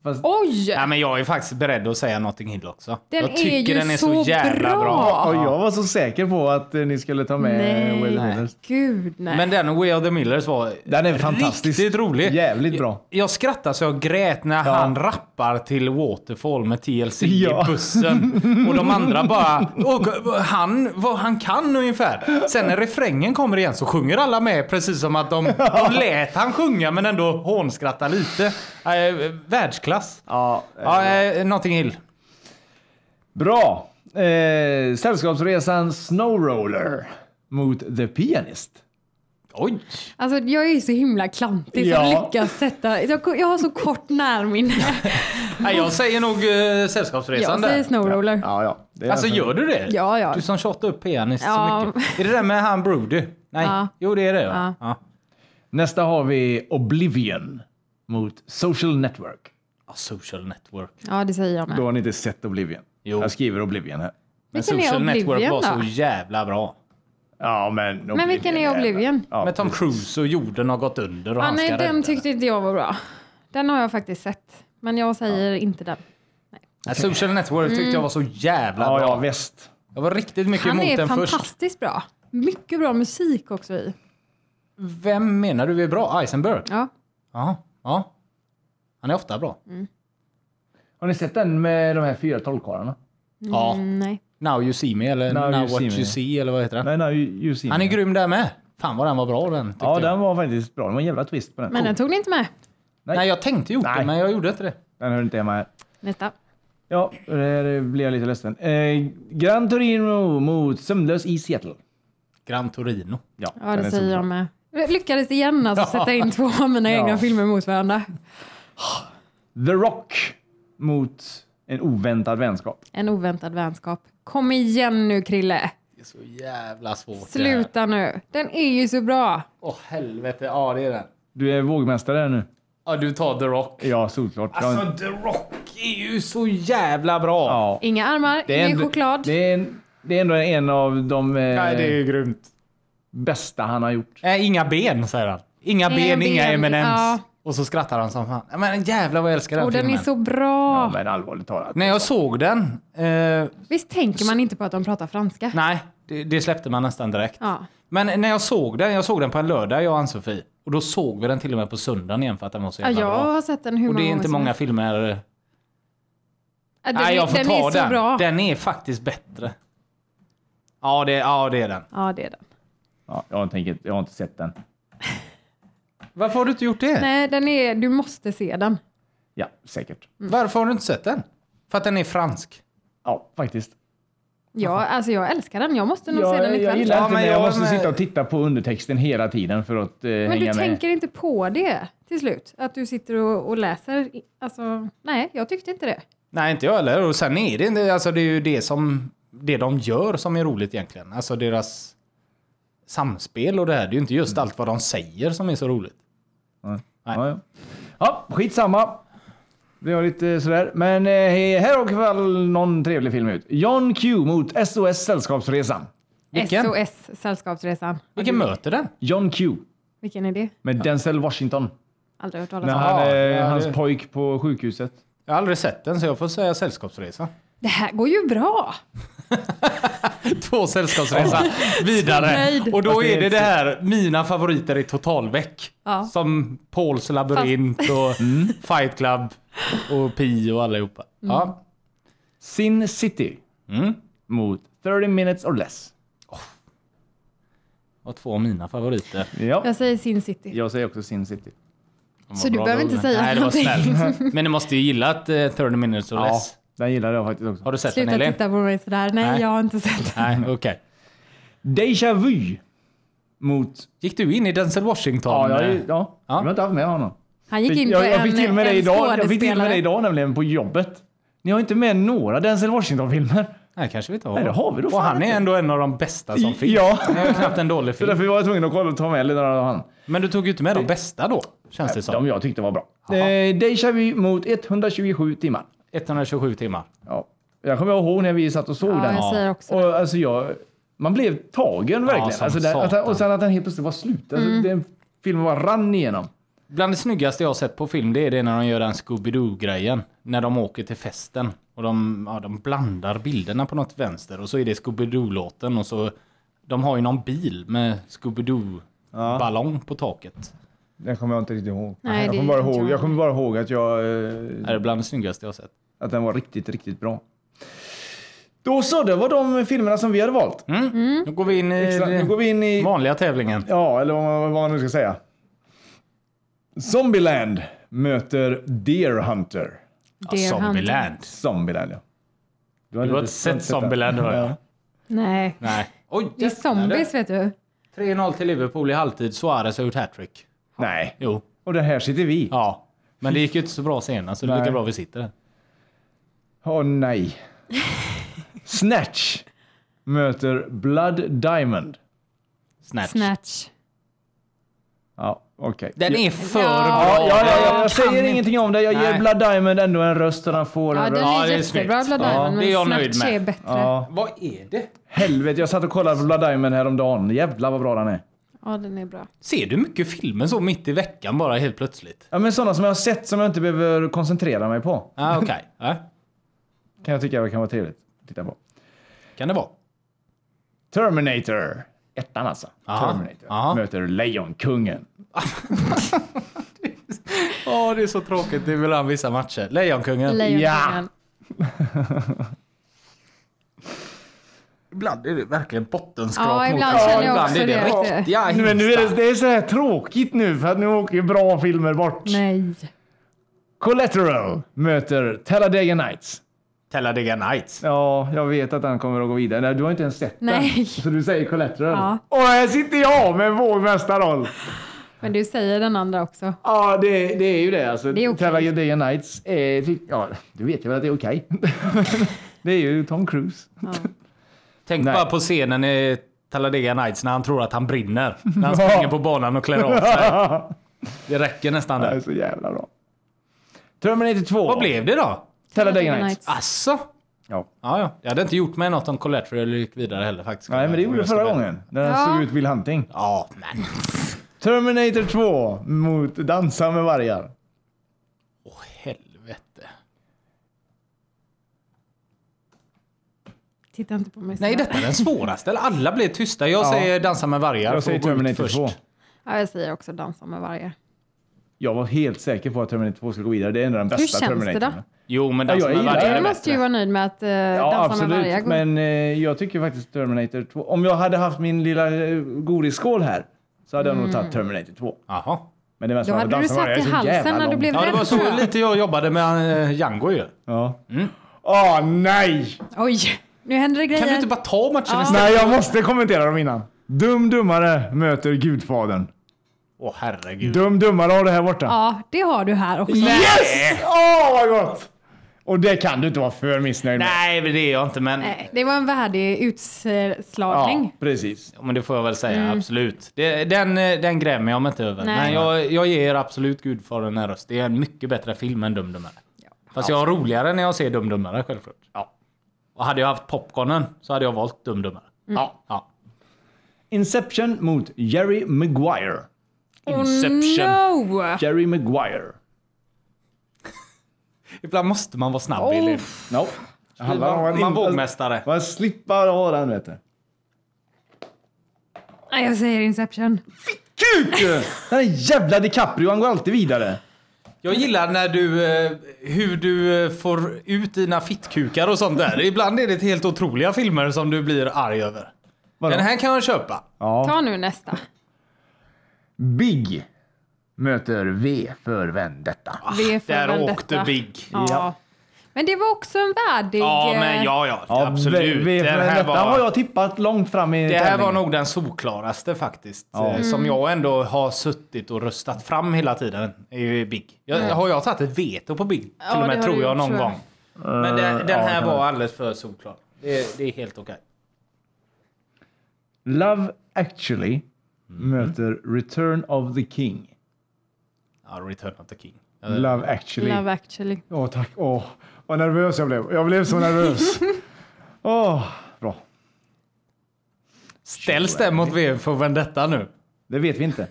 Speaker 3: Fast
Speaker 2: Oj!
Speaker 1: Ja, men jag är faktiskt beredd att säga Notting Hill också.
Speaker 2: Den
Speaker 1: jag
Speaker 2: är ju
Speaker 1: tycker den är så,
Speaker 2: så
Speaker 1: jävla bra.
Speaker 2: bra.
Speaker 3: och jag var så säker på att eh, ni skulle ta med
Speaker 2: Nej,
Speaker 3: We're the Millers.
Speaker 2: gud nej.
Speaker 1: Men den We Are The Millers var
Speaker 3: Den är fantastisk.
Speaker 1: riktigt rolig.
Speaker 3: Jävligt bra.
Speaker 1: Jag, jag skrattade så jag grät när han rappar till Waterfall med TLC
Speaker 3: Ja.
Speaker 1: i bussen. Och de andra bara... Och han, vad han kan ungefär. Sen när refrängen kommer igen så sjunger alla med precis som att de,
Speaker 3: <laughs>
Speaker 1: de lät han sjunga men ändå hånskratta lite. Eh, världsklass.
Speaker 3: Ja, eh,
Speaker 1: Ja, eh, Notting Hill.
Speaker 3: Bra! Eh, sällskapsresan Snowroller mot The Pianist.
Speaker 1: Oj!
Speaker 2: Alltså jag är ju så himla klantig som
Speaker 3: Ja.
Speaker 2: lyckas sätta... Jag, jag har så kort närminne.
Speaker 1: Nej, jag säger nog eh, Sällskapsresan
Speaker 2: <laughs> jag
Speaker 1: där.
Speaker 2: säger Snowroller. Ja,
Speaker 3: Ja, ja. Det är
Speaker 1: Alltså
Speaker 3: alltså-
Speaker 1: gör du det?
Speaker 2: Ja, ja.
Speaker 1: Du som tjatar upp pianist
Speaker 2: Ja.
Speaker 1: så mycket. Är det där med han Brody? Nej.
Speaker 2: Ja.
Speaker 1: Jo det är det
Speaker 2: Ja.
Speaker 1: va? Ja.
Speaker 3: Nästa har vi Oblivion mot Social Network.
Speaker 1: Ja, Social Network.
Speaker 2: det säger jag
Speaker 3: Då
Speaker 2: med.
Speaker 3: har ni inte sett Oblivion.
Speaker 1: Jo.
Speaker 3: Jag skriver Oblivion här.
Speaker 1: Men
Speaker 2: Vilken är
Speaker 1: Social Network
Speaker 2: Oblivion
Speaker 1: var så
Speaker 2: då?
Speaker 1: jävla bra.
Speaker 3: Ja, men Oblivion
Speaker 2: Men vilken är Oblivion?
Speaker 3: Ja,
Speaker 1: med Tom Cruise och jorden har gått under och
Speaker 2: Ja,
Speaker 1: han
Speaker 2: nej,
Speaker 1: ska
Speaker 2: den
Speaker 1: rädda
Speaker 2: tyckte inte jag var bra. Den har jag faktiskt sett. Men jag säger inte den.
Speaker 1: Ja, Social Network tyckte jag var så jävla
Speaker 3: Ja,
Speaker 1: bra.
Speaker 3: ja, väst.
Speaker 1: Jag var riktigt mycket
Speaker 2: Han
Speaker 1: emot
Speaker 2: är
Speaker 1: den först.
Speaker 2: fantastiskt bra. Mycket bra musik också i.
Speaker 1: Vem menar du är bra? Eisenberg?
Speaker 2: Ja.
Speaker 1: Ja. ja. Han är ofta bra.
Speaker 2: Mm.
Speaker 3: Har ni sett den med de här fyra trollkarlarna?
Speaker 1: Ja.
Speaker 2: Mm, nej.
Speaker 1: Now you see me eller
Speaker 3: Now
Speaker 1: Now,
Speaker 3: You
Speaker 1: what
Speaker 3: See Me.
Speaker 1: you see eller vad heter den?
Speaker 3: Nej, nej, ju Seen
Speaker 1: Han är
Speaker 3: Me.
Speaker 1: grym där med. Fan vad den var bra den tyckte
Speaker 3: Ja,
Speaker 1: jag.
Speaker 3: den var faktiskt bra. Det var en jävla twist på den.
Speaker 2: Men den tog ni inte med.
Speaker 1: Nej jag tänkte gjort det
Speaker 3: Nej.
Speaker 1: men jag gjorde inte det.
Speaker 3: Den hör inte hemma här.
Speaker 2: Nästa.
Speaker 3: Ja, där blev jag lite ledsen. Eh, Gran Torino mot Sömnlös i Seattle.
Speaker 1: Gran Torino.
Speaker 3: Ja,
Speaker 2: Ja,
Speaker 3: den är
Speaker 2: det säger
Speaker 3: så-
Speaker 2: jag med. Jag lyckades igen alltså sätta in två av mina egna
Speaker 3: Ja.
Speaker 2: filmer mot varandra.
Speaker 3: The Rock mot en oväntad vänskap.
Speaker 2: En oväntad vänskap. Kom igen nu Krille.
Speaker 1: Det är så jävla svårt det
Speaker 2: Sluta nu. Den är ju så bra.
Speaker 1: här. Åh helvete, ja det är den.
Speaker 3: Du är vågmästare nu.
Speaker 1: Ja du tar The Rock.
Speaker 3: Ja, solklart. Jag-
Speaker 1: Alltså The Rock är ju så jävla bra.
Speaker 3: ja.
Speaker 2: Inga armar,
Speaker 3: är
Speaker 2: ingen
Speaker 3: ändå-
Speaker 2: choklad.
Speaker 3: Det är, en- det är ändå en av de eh,
Speaker 1: Nej, det är grymt.
Speaker 3: bästa han har gjort.
Speaker 1: Äh, inga ben säger han. Inga ben,
Speaker 2: Inga
Speaker 1: inga
Speaker 2: ben,
Speaker 1: M&M's.
Speaker 2: ja.
Speaker 1: Och så skrattar han som fan. Ja, Men jävlar vad jag älskar den
Speaker 2: Och den är
Speaker 1: filmen.
Speaker 2: så bra.
Speaker 3: Ja, men allvarligt talat.
Speaker 1: När jag såg den, eh,
Speaker 2: Visst tänker man inte på att de pratar franska?
Speaker 1: nej, det, det släppte man nästan direkt.
Speaker 2: Ja.
Speaker 1: Men när jag såg den, jag såg den på en lördag jag och Ann-Sofie. Och då såg vi den till och med på söndagen igen för att den var så
Speaker 2: Ja,
Speaker 1: jävla
Speaker 2: jag
Speaker 1: bra.
Speaker 2: har sett den hur
Speaker 1: Och det är
Speaker 2: många
Speaker 1: inte
Speaker 2: gånger som
Speaker 1: många
Speaker 2: helst.
Speaker 1: filmer...
Speaker 2: Ja, Den,
Speaker 1: Nej,
Speaker 2: är-
Speaker 1: jag får
Speaker 2: den
Speaker 1: ta
Speaker 2: är så
Speaker 1: den.
Speaker 2: bra.
Speaker 1: Den är faktiskt bättre. Ja, det, ja, det är den.
Speaker 2: Ja, det är den.
Speaker 3: Ja, jag, tänker, jag har inte sett den.
Speaker 1: Varför har du inte gjort det?
Speaker 2: Nej, den är, du måste se den.
Speaker 3: Ja, säkert.
Speaker 1: Varför har du inte sett den? För att den är fransk.
Speaker 3: Ja, faktiskt.
Speaker 2: Ja, alltså jag älskar den. Jag måste nog
Speaker 3: Jag,
Speaker 2: se den
Speaker 3: jag
Speaker 2: ikväll.
Speaker 3: gillar
Speaker 1: Ja,
Speaker 3: inte
Speaker 1: men
Speaker 3: men jag,
Speaker 1: jag
Speaker 3: måste
Speaker 1: med.
Speaker 3: sitta och titta på undertexten hela tiden för att eh,
Speaker 2: men du
Speaker 3: hänga med.
Speaker 2: tänker inte på det till slut? Att du sitter och, och läser? i- Alltså, nej, jag tyckte inte det.
Speaker 1: Nej, inte jag heller. Och sen är det inte, alltså det är ju det som det de gör som är roligt egentligen. Alltså deras samspel och det här. Det är ju inte just allt vad de säger som är så roligt.
Speaker 3: Nej.
Speaker 1: Nej.
Speaker 3: Ja, ja. ja, skitsamma. Det var lite sådär. Men eh, här åker väl någon trevlig film ut. John Q mot SOS Sällskapsresan.
Speaker 1: Vilken?
Speaker 2: SOS Sällskapsresan.
Speaker 1: Vilken möter den?
Speaker 3: John Q
Speaker 2: Vilken är det?
Speaker 3: med Denzel Washington.
Speaker 2: Aldrig hört
Speaker 3: När
Speaker 2: talas om.
Speaker 1: Jaha,
Speaker 3: han, eh,
Speaker 1: ja,
Speaker 3: hans
Speaker 1: det-
Speaker 3: pojk på sjukhuset.
Speaker 1: Jag har aldrig sett den så jag får säga sällskapsresa.
Speaker 2: Det här går ju bra!
Speaker 1: Två sällskapsresa vidare.
Speaker 2: nöjd.
Speaker 1: Och då
Speaker 3: Fast det är
Speaker 1: är det
Speaker 3: ett-
Speaker 1: det här, mina favoriter i totalväck.
Speaker 2: Ja.
Speaker 1: Som Pauls labyrint och
Speaker 3: Mm.
Speaker 1: Fight Club och Pi och allihopa.
Speaker 2: Mm.
Speaker 1: Ja.
Speaker 3: Sin City
Speaker 1: Mm.
Speaker 3: mot 30 minutes or less.
Speaker 1: Och två av mina favoriter.
Speaker 3: Ja,
Speaker 2: Jag säger Sin City.
Speaker 3: jag säger också Sin City.
Speaker 1: De var
Speaker 2: Så du
Speaker 1: bra
Speaker 2: behöver
Speaker 1: då,
Speaker 2: inte
Speaker 1: men-
Speaker 2: säga
Speaker 1: Nej, det var
Speaker 2: någonting.
Speaker 1: snällt. Men du måste ju gillat eh, 30 minutes or
Speaker 3: Ja,
Speaker 1: less.
Speaker 3: den gillade jag faktiskt också.
Speaker 1: Har du sett
Speaker 2: <laughs> Sluta
Speaker 1: den Elin?
Speaker 2: titta på mig sådär. Nej,
Speaker 1: Nej.
Speaker 2: jag har inte sett den.
Speaker 1: Nej, okej.
Speaker 3: Deja Vu mot...
Speaker 1: Gick du in i Denzel Washington?
Speaker 3: Ja, jag,
Speaker 1: eh,
Speaker 3: ja, ja. jag har inte haft med honom.
Speaker 2: Han gick in på
Speaker 3: jag, jag
Speaker 2: en,
Speaker 3: fick till med
Speaker 2: en
Speaker 3: det idag. Jag fick till med
Speaker 2: skådespelare.
Speaker 3: det idag nämligen på jobbet. Ni har inte med några Denzel Washington-filmer.
Speaker 1: Nej, kanske vi inte har.
Speaker 3: Nej, det har vi då
Speaker 1: och
Speaker 3: fan
Speaker 1: han är
Speaker 3: inte.
Speaker 1: ändå en av de bästa som
Speaker 3: I-
Speaker 1: finns.
Speaker 3: <laughs> ja.
Speaker 1: Det är knappt en dålig
Speaker 3: Så
Speaker 1: film.
Speaker 3: därför var jag tvungen att kolla och ta med lite av han.
Speaker 1: Men du tog ju inte med de bästa då, känns det
Speaker 3: De
Speaker 1: som.
Speaker 3: jag tyckte var bra. Eh, Deja Vu mot 127 timmar.
Speaker 1: 127 timmar.
Speaker 3: Ja. Jag kommer ihåg när vi satt och såg
Speaker 2: Ja,
Speaker 3: den.
Speaker 2: jag säger också
Speaker 3: Och alltså jag, man blev tagen verkligen.
Speaker 1: som
Speaker 3: alltså den, att, den-
Speaker 1: satan.
Speaker 3: och sen att den helt plötsligt var slut. Alltså
Speaker 2: Mm.
Speaker 3: Den filmen bara rann igenom.
Speaker 1: Bland det snyggaste jag har sett på film, det är det när de gör den Scooby-Doo-grejen. När de åker till festen. Och de, ja, de blandar bilderna på något vänster. Och så är det Scooby-Doo-låten och så... De har ju någon bil med Scooby-Doo-ballong på taket.
Speaker 3: Den kommer jag inte riktigt ihåg.
Speaker 2: Nej,
Speaker 3: jag,
Speaker 2: det
Speaker 3: kommer bara
Speaker 2: vet inte
Speaker 3: ihåg
Speaker 2: jag.
Speaker 3: jag kommer bara ihåg att, jag, eh,
Speaker 1: Det är bland det snyggaste jag har sett.
Speaker 3: att den var riktigt, riktigt bra. Då så, det var de filmerna som vi hade valt.
Speaker 1: Mm. Nu går vi in i
Speaker 3: Extra, nu går vi in i...
Speaker 1: vanliga tävlingen.
Speaker 3: Ja, eller vad man, vad man nu ska säga. Zombieland möter Deer Hunter.
Speaker 1: Ja,
Speaker 2: Deer Hunter.
Speaker 1: Zombieland.
Speaker 3: Zombieland, ja.
Speaker 1: Du har
Speaker 3: hade
Speaker 1: inte sett
Speaker 3: den.
Speaker 1: Zombieland har jag.
Speaker 3: Ja.
Speaker 2: Nej.
Speaker 1: Nej. Oj,
Speaker 2: Det är zombies, vet du.
Speaker 1: 3-0 till Liverpool i halvtid. Suarez har gjort hattrick.
Speaker 3: Nej,
Speaker 1: Jo.
Speaker 3: och det här sitter vi. Åh
Speaker 1: Ja. Men det gick ju inte så bra senast, så det är
Speaker 3: Nej.
Speaker 1: lika bra vi sitter här. <laughs>
Speaker 3: nej. Snatch möter Blood Diamond.
Speaker 1: Snatch.
Speaker 2: Snatch.
Speaker 3: Ja, okej.
Speaker 1: Den är för
Speaker 2: Ja.
Speaker 1: bra.
Speaker 3: Ja, ja, ja, jag
Speaker 2: Kan
Speaker 3: säger
Speaker 2: inte.
Speaker 3: ingenting om det. Jag ger
Speaker 1: Nej.
Speaker 3: Blood Diamond ändå en röst och han får
Speaker 2: Ja,
Speaker 3: en
Speaker 2: den
Speaker 3: röst.
Speaker 1: Ja,
Speaker 2: är
Speaker 1: det är
Speaker 2: jättebra,
Speaker 1: snyggt.
Speaker 2: Blood
Speaker 1: Ja,
Speaker 2: Diamond,
Speaker 1: det är jag
Speaker 2: men
Speaker 1: nöjd
Speaker 2: Snatch
Speaker 1: med.
Speaker 2: är bättre. Ja.
Speaker 3: Ja,
Speaker 1: Vad är det?
Speaker 3: helvete. Jag satt och kollade på Blood Diamond häromdagen. Jävlar vad bra den är.
Speaker 2: den är bra.
Speaker 1: Ser du mycket filmer så mitt i veckan bara helt plötsligt?
Speaker 3: Ja, men sådana som jag har sett som jag inte behöver koncentrera mig på.
Speaker 1: Ja, ah, okej. Ja,
Speaker 3: Kan jag tycka kan vara trevligt att titta på.
Speaker 1: kan det vara.
Speaker 3: Terminator. Ettan alltså.
Speaker 1: Aha.
Speaker 3: Terminator.
Speaker 1: Aha.
Speaker 3: Möter Lejonkungen.
Speaker 1: Ja, det är så tråkigt. Det vill han vissa matcher. Lejonkungen.
Speaker 2: Lejonkungen.
Speaker 1: ibland är det verkligen bottenskrap
Speaker 2: Ja,
Speaker 1: mot
Speaker 2: ibland
Speaker 1: Ja,
Speaker 2: känner jag
Speaker 1: ibland
Speaker 2: också
Speaker 1: är det.
Speaker 2: det. Mm.
Speaker 1: Riktiga
Speaker 3: Nu- Men nu är det,
Speaker 1: hingstar.
Speaker 3: det är så här tråkigt nu för att nu åker ju bra filmer bort.
Speaker 2: Nej.
Speaker 3: Collateral möter Talladega Nights.
Speaker 1: Talladega Nights.
Speaker 3: Ja, jag vet att han kommer att gå vidare. Nej, du har inte ens sett den.
Speaker 2: Nej.
Speaker 3: Så du säger Collateral.
Speaker 2: Ja.
Speaker 3: Och här sitter jag med vår bästa roll.
Speaker 2: Men du säger den andra också.
Speaker 3: Ja, det, det är ju det alltså.
Speaker 2: Det är okej.
Speaker 3: Talladega Nights är... typ- Ja, du vet ju väl att det är
Speaker 2: <laughs>
Speaker 3: okej. det är ju Tom Cruise.
Speaker 1: Tänk
Speaker 3: Nej.
Speaker 1: bara på scenen i Talladega Nights när han tror att han brinner. När han springer på banan och klär av <laughs> sig. Det räcker nästan
Speaker 3: Det är
Speaker 1: där.
Speaker 3: så jävla bra. Terminator 2.
Speaker 1: Vad blev det då?
Speaker 3: Talladega Nights.
Speaker 1: Asså?
Speaker 3: Ja.
Speaker 1: Ja, ja. Jag hade inte gjort mig något om Collateral gick vidare heller faktiskt.
Speaker 3: Nej, men det gjorde du förra gången. När han
Speaker 2: Ja.
Speaker 3: såg ut Will Hunting.
Speaker 1: Ja, men.
Speaker 3: Terminator 2 mot Dansa med vargar.
Speaker 1: Åh, helvete.
Speaker 2: Titta inte på mig så
Speaker 1: Nej,
Speaker 2: där.
Speaker 1: detta är den svåraste. Eller Alla blir tysta. Jag
Speaker 3: Ja.
Speaker 1: säger dansa med vargar.
Speaker 3: Jag säger
Speaker 1: för att gå ut
Speaker 3: Terminator
Speaker 1: först.
Speaker 3: 2.
Speaker 2: Ja, jag säger också Dansa med vargar.
Speaker 3: Jag var helt säker på att Terminator 2 skulle gå vidare. Det är en av de bästa
Speaker 2: Hur känns det
Speaker 3: Terminator.
Speaker 2: då?
Speaker 1: Jo, men
Speaker 3: Ja,
Speaker 1: dansa
Speaker 3: jag
Speaker 1: med
Speaker 3: gillar
Speaker 1: vargar
Speaker 3: det.
Speaker 1: är
Speaker 2: Du
Speaker 3: Men-
Speaker 1: bäst.
Speaker 2: måste ju vara nöjd med att eh,
Speaker 3: Ja,
Speaker 2: Dansa med vargar
Speaker 3: absolut.
Speaker 2: går.
Speaker 3: Men eh, jag tycker faktiskt Terminator 2. Om jag hade haft min lilla eh, godisskål här så hade jag nog tagit Terminator 2.
Speaker 1: Jaha.
Speaker 3: Men det mest
Speaker 2: Mm. Då
Speaker 3: var att
Speaker 2: hade du
Speaker 3: Dansa
Speaker 2: satt
Speaker 3: med vargar
Speaker 2: i
Speaker 3: är så jävla
Speaker 2: halsen när du
Speaker 3: lång.
Speaker 2: blev
Speaker 1: Ja, det var
Speaker 2: rädd. tror
Speaker 1: så
Speaker 2: jag.
Speaker 1: lite jag jobbade med eh, Django ju.
Speaker 3: Ja. Åh nej!
Speaker 2: Oj, nu händer det grejer.
Speaker 1: Kan du inte bara ta matchen
Speaker 2: Ja.
Speaker 1: istället?
Speaker 3: Nej, jag måste kommentera dem innan. Dum Dummare möter Gudfadern.
Speaker 1: Åh, herregud.
Speaker 3: Dum Dummare har det här borta.
Speaker 2: Ja, det har du här också.
Speaker 3: Yes! Åh, vad gott! Och det kan du inte vara för missnöjd med.
Speaker 1: Nej, men det är jag inte, men,
Speaker 2: Nej, det var en värdig
Speaker 3: Ja,
Speaker 2: utslagning.
Speaker 3: precis.
Speaker 1: men det får jag väl säga. Absolut. Det, den, eh, den grämer jag mig inte över.
Speaker 2: Mm. Nej.
Speaker 1: Men jag, jag ger absolut Gudfadern en röst. Det är en mycket bättre film än Dum Dummare. Fast jag har roligare när jag ser Dum Dummare, självklart.
Speaker 3: Ja.
Speaker 1: Och hade jag haft popcornen så hade jag valt Dum Dummare.
Speaker 2: Mm.
Speaker 3: Ja.
Speaker 1: Ja.
Speaker 3: Inception mot Jerry Maguire.
Speaker 2: Oh no!
Speaker 3: Jerry Maguire.
Speaker 1: Ibland måste man vara snabb,
Speaker 2: Oh.
Speaker 1: Billy.
Speaker 3: No. Det
Speaker 1: Man, man vågmästare.
Speaker 3: Man slipper ha den vet du.
Speaker 2: Nej, jag säger Inception.
Speaker 3: Kuk! Den där jävla DiCaprio, han går alltid vidare.
Speaker 1: Jag gillar när du, eh, hur du eh, får ut dina fittkukar och sånt där. Ibland är det helt otroliga filmer som du blir arg över.
Speaker 3: Vadå?
Speaker 1: Den här kan jag köpa.
Speaker 3: Ja.
Speaker 2: Ta nu nästa.
Speaker 3: Big möter V för Vendetta.
Speaker 2: V för
Speaker 1: Där
Speaker 2: Vendetta.
Speaker 1: åkte Big.
Speaker 2: Ja.
Speaker 3: Ja.
Speaker 2: Men det var också en värdig...
Speaker 1: Ja, men
Speaker 2: eh,
Speaker 1: ja, ja,
Speaker 3: Ja,
Speaker 1: absolut.
Speaker 3: V, v
Speaker 1: Den
Speaker 3: för
Speaker 1: här
Speaker 3: Vendetta har
Speaker 1: var,
Speaker 3: jag tippat långt fram i
Speaker 1: det här var
Speaker 3: tävlingen.
Speaker 1: nog den solklaraste faktiskt.
Speaker 3: Ja.
Speaker 1: eh,
Speaker 2: Mm.
Speaker 1: Som jag ändå har suttit och röstat fram hela tiden. Är ju Big. Jag, Har jag tagit ett veto på Big? Till
Speaker 2: Mm. Ja,
Speaker 1: och
Speaker 2: det
Speaker 1: med
Speaker 2: har
Speaker 1: tror
Speaker 2: du
Speaker 1: jag
Speaker 2: gjort,
Speaker 1: någon
Speaker 2: tror jag.
Speaker 1: gång. Eh, Men den, den
Speaker 3: ja,
Speaker 1: här
Speaker 3: kan
Speaker 1: var
Speaker 3: vara.
Speaker 1: alldeles för solklar. Det, det är helt okej.
Speaker 3: Love actually möter Return of the King.
Speaker 1: Ja, Return of the King.
Speaker 3: Love actually.
Speaker 2: Love actually.
Speaker 3: Åh tack. Åh, vad nervös jag blev. Jag blev så nervös. Åh, bra.
Speaker 1: Ställs det mot VM för Vendetta nu?
Speaker 3: Det vet vi inte.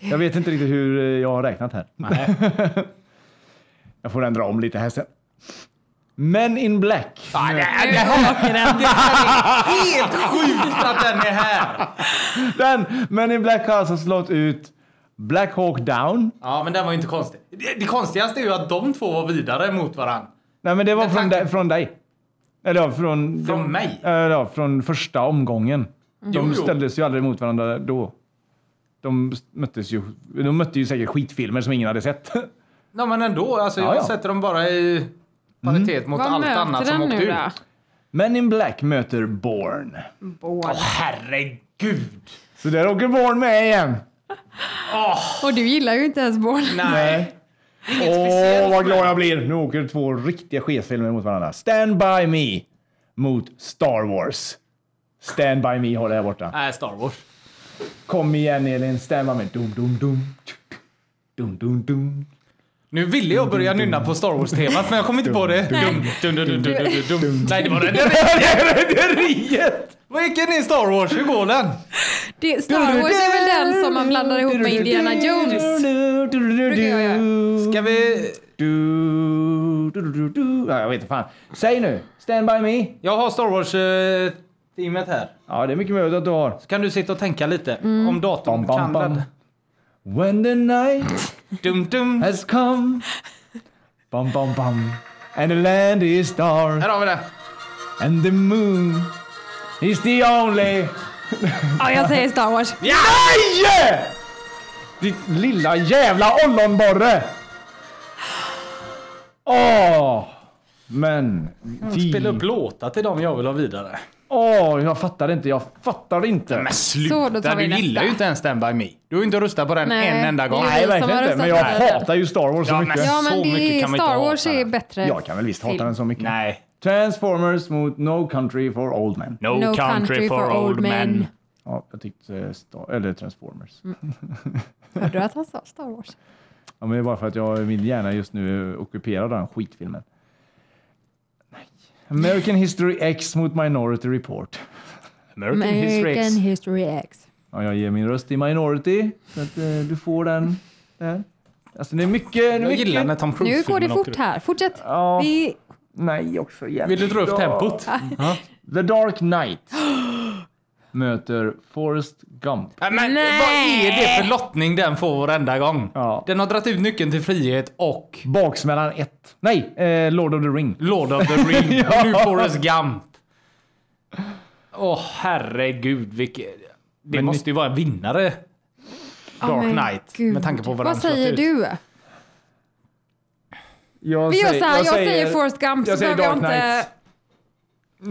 Speaker 3: Jag vet inte riktigt hur eh, jag har räknat här. <laughs> jag får ändra om lite här sen. Men in Black.
Speaker 1: Nej, det, det, här, det här är helt sjukt att den är här!
Speaker 3: Den! Men in Black har alltså slått ut Black Hawk Down.
Speaker 1: <laughs> Ja, men den var ju inte konstig. Det, det konstigaste är ju att de två var vidare mot varandra.
Speaker 3: Nej men det var
Speaker 1: Men
Speaker 3: från,
Speaker 1: tanken-
Speaker 3: dig- från dig. Eller ja, från...
Speaker 1: Från
Speaker 3: de-
Speaker 1: mig?
Speaker 3: Eh, Ja, från första omgången.
Speaker 1: Jo,
Speaker 3: De
Speaker 1: jo.
Speaker 3: ställdes ju aldrig mot varandra då. De möttes ju... De mötte ju säkert skitfilmer som ingen hade sett. <laughs>
Speaker 1: Nej, men ändå. Alltså,
Speaker 3: Ja,
Speaker 1: jag
Speaker 3: ja.
Speaker 1: sätter dem bara i paritet mot
Speaker 2: Vad
Speaker 1: allt
Speaker 2: möter
Speaker 1: annat
Speaker 2: den
Speaker 1: som åkte
Speaker 2: nu
Speaker 1: ut.
Speaker 2: då?
Speaker 3: Men in Black möter Born.
Speaker 2: Bål.
Speaker 1: Åh, herregud!
Speaker 3: Så där åker Born med igen.
Speaker 2: Och du gillar ju inte ens bål.
Speaker 1: Nej. Inget
Speaker 3: Åh,
Speaker 1: speciellt
Speaker 3: vad glad
Speaker 1: med-
Speaker 3: jag blir! Nu åker två riktiga chefsfilmer mot varandra. Stand By Me mot Star Wars. Stand By Me har det här borta.
Speaker 1: Nej, Star Wars.
Speaker 3: Kom igen Elin, Stand By Me. Dum, dum, dum. Dum, dum, dum.
Speaker 1: Nu ville jag börja nynna på Star Wars-temat, men jag kom inte på det. Dum, dum, dum, dum, dum, dum, dum,
Speaker 3: <laughs>
Speaker 1: dum. Nej, det var den.
Speaker 3: Rederiet!
Speaker 1: Vilken är Star Wars? Hur går den?
Speaker 2: Det, Star Wars är väl den som man blandar ihop med Indiana Jones? Brukar jag göra.
Speaker 1: Ska vi...
Speaker 3: Du, du, du, du. Ja, jag vet inte fan. Säg nu, Stand By Me.
Speaker 1: Jag har Star Wars-teamet här.
Speaker 3: Ja, det är mycket möjligt att du har.
Speaker 1: Så kan du sitta och tänka lite om datorn
Speaker 3: Bam, bam,
Speaker 1: kan
Speaker 3: bam.
Speaker 1: ladda.
Speaker 3: When the night
Speaker 1: Dum, dum.
Speaker 3: has come. Bam, bam, bam. And the land is dark.
Speaker 1: Här har vi det.
Speaker 3: And the moon is the only...
Speaker 2: Ja, jag säger Star Wars.
Speaker 3: Nej! Ditt lilla jävla ollonborre! Åh! men... fy-
Speaker 1: Mm, Spela upp låtar till dem jag vill ha vidare.
Speaker 3: Åh, jag fattar inte. Jag fattar inte.
Speaker 1: Men
Speaker 2: Så, då tar
Speaker 1: sluta,
Speaker 2: vi
Speaker 1: du gillar
Speaker 2: nästa.
Speaker 1: ju inte ens Stand By Me. Du har ju inte röstat på den
Speaker 2: Nej.
Speaker 1: en enda gång.
Speaker 2: Nej.
Speaker 3: Nej, verkligen
Speaker 2: som har
Speaker 3: inte. Men jag
Speaker 2: röstat för den.
Speaker 3: hatar ju Star Wars så
Speaker 1: Ja, men-
Speaker 3: mycket.
Speaker 2: Ja, men
Speaker 1: Så mycket
Speaker 2: det är,
Speaker 1: kan man inte
Speaker 2: Star
Speaker 1: hata
Speaker 2: Wars är
Speaker 1: den.
Speaker 2: bättre.
Speaker 3: Jag kan väl visst hata
Speaker 2: film.
Speaker 3: den så mycket.
Speaker 1: Nej.
Speaker 3: Transformers mot No Country for Old Men.
Speaker 1: No, country, for old men.
Speaker 3: Ja, jag tyckte eh, Star- eller Transformers.
Speaker 2: Hörde du att han sa Star Wars?
Speaker 3: Ja, men det är bara för att jag, min hjärna just nu är ockuperad av den skitfilmen. Nej. American History X mot Minority Report.
Speaker 1: American, History X.
Speaker 2: History X.
Speaker 3: Ja, jag ger min röst till Minority så att eh, du får den där. Alltså det är mycket... Det är
Speaker 1: Jag
Speaker 3: mycket.
Speaker 1: gillar när Tom Cruise
Speaker 2: Nu går det fort här. Fortsätt.
Speaker 3: Ja,
Speaker 2: Vi...
Speaker 3: nej också igen.
Speaker 1: Vill du dra upp tempot?
Speaker 3: The Dark Knight <gasps> möter Forrest Gump.
Speaker 1: Nej, men
Speaker 2: Nej.
Speaker 1: vad är det för lottning den får varenda gång?
Speaker 3: Ja.
Speaker 1: Den har dragit ut nyckeln till frihet och
Speaker 3: Baksmällan 1. Nej, eh, Lord of the Ring.
Speaker 1: Lord of the <laughs> Ring.
Speaker 3: Ja.
Speaker 1: Och nu Forrest Gump. Åh herregud vilket... Det
Speaker 3: Men-
Speaker 1: måste ju vara en vinnare. Dark
Speaker 2: men
Speaker 1: Knight. Med tanke på vad
Speaker 2: Vad
Speaker 1: den slått
Speaker 2: säger
Speaker 1: ut.
Speaker 2: du?
Speaker 3: Jag
Speaker 2: Vi gör så här, jag säger Forrest Gump så
Speaker 3: jag säger
Speaker 2: behöver jag
Speaker 3: Dark
Speaker 2: inte...
Speaker 3: Knight.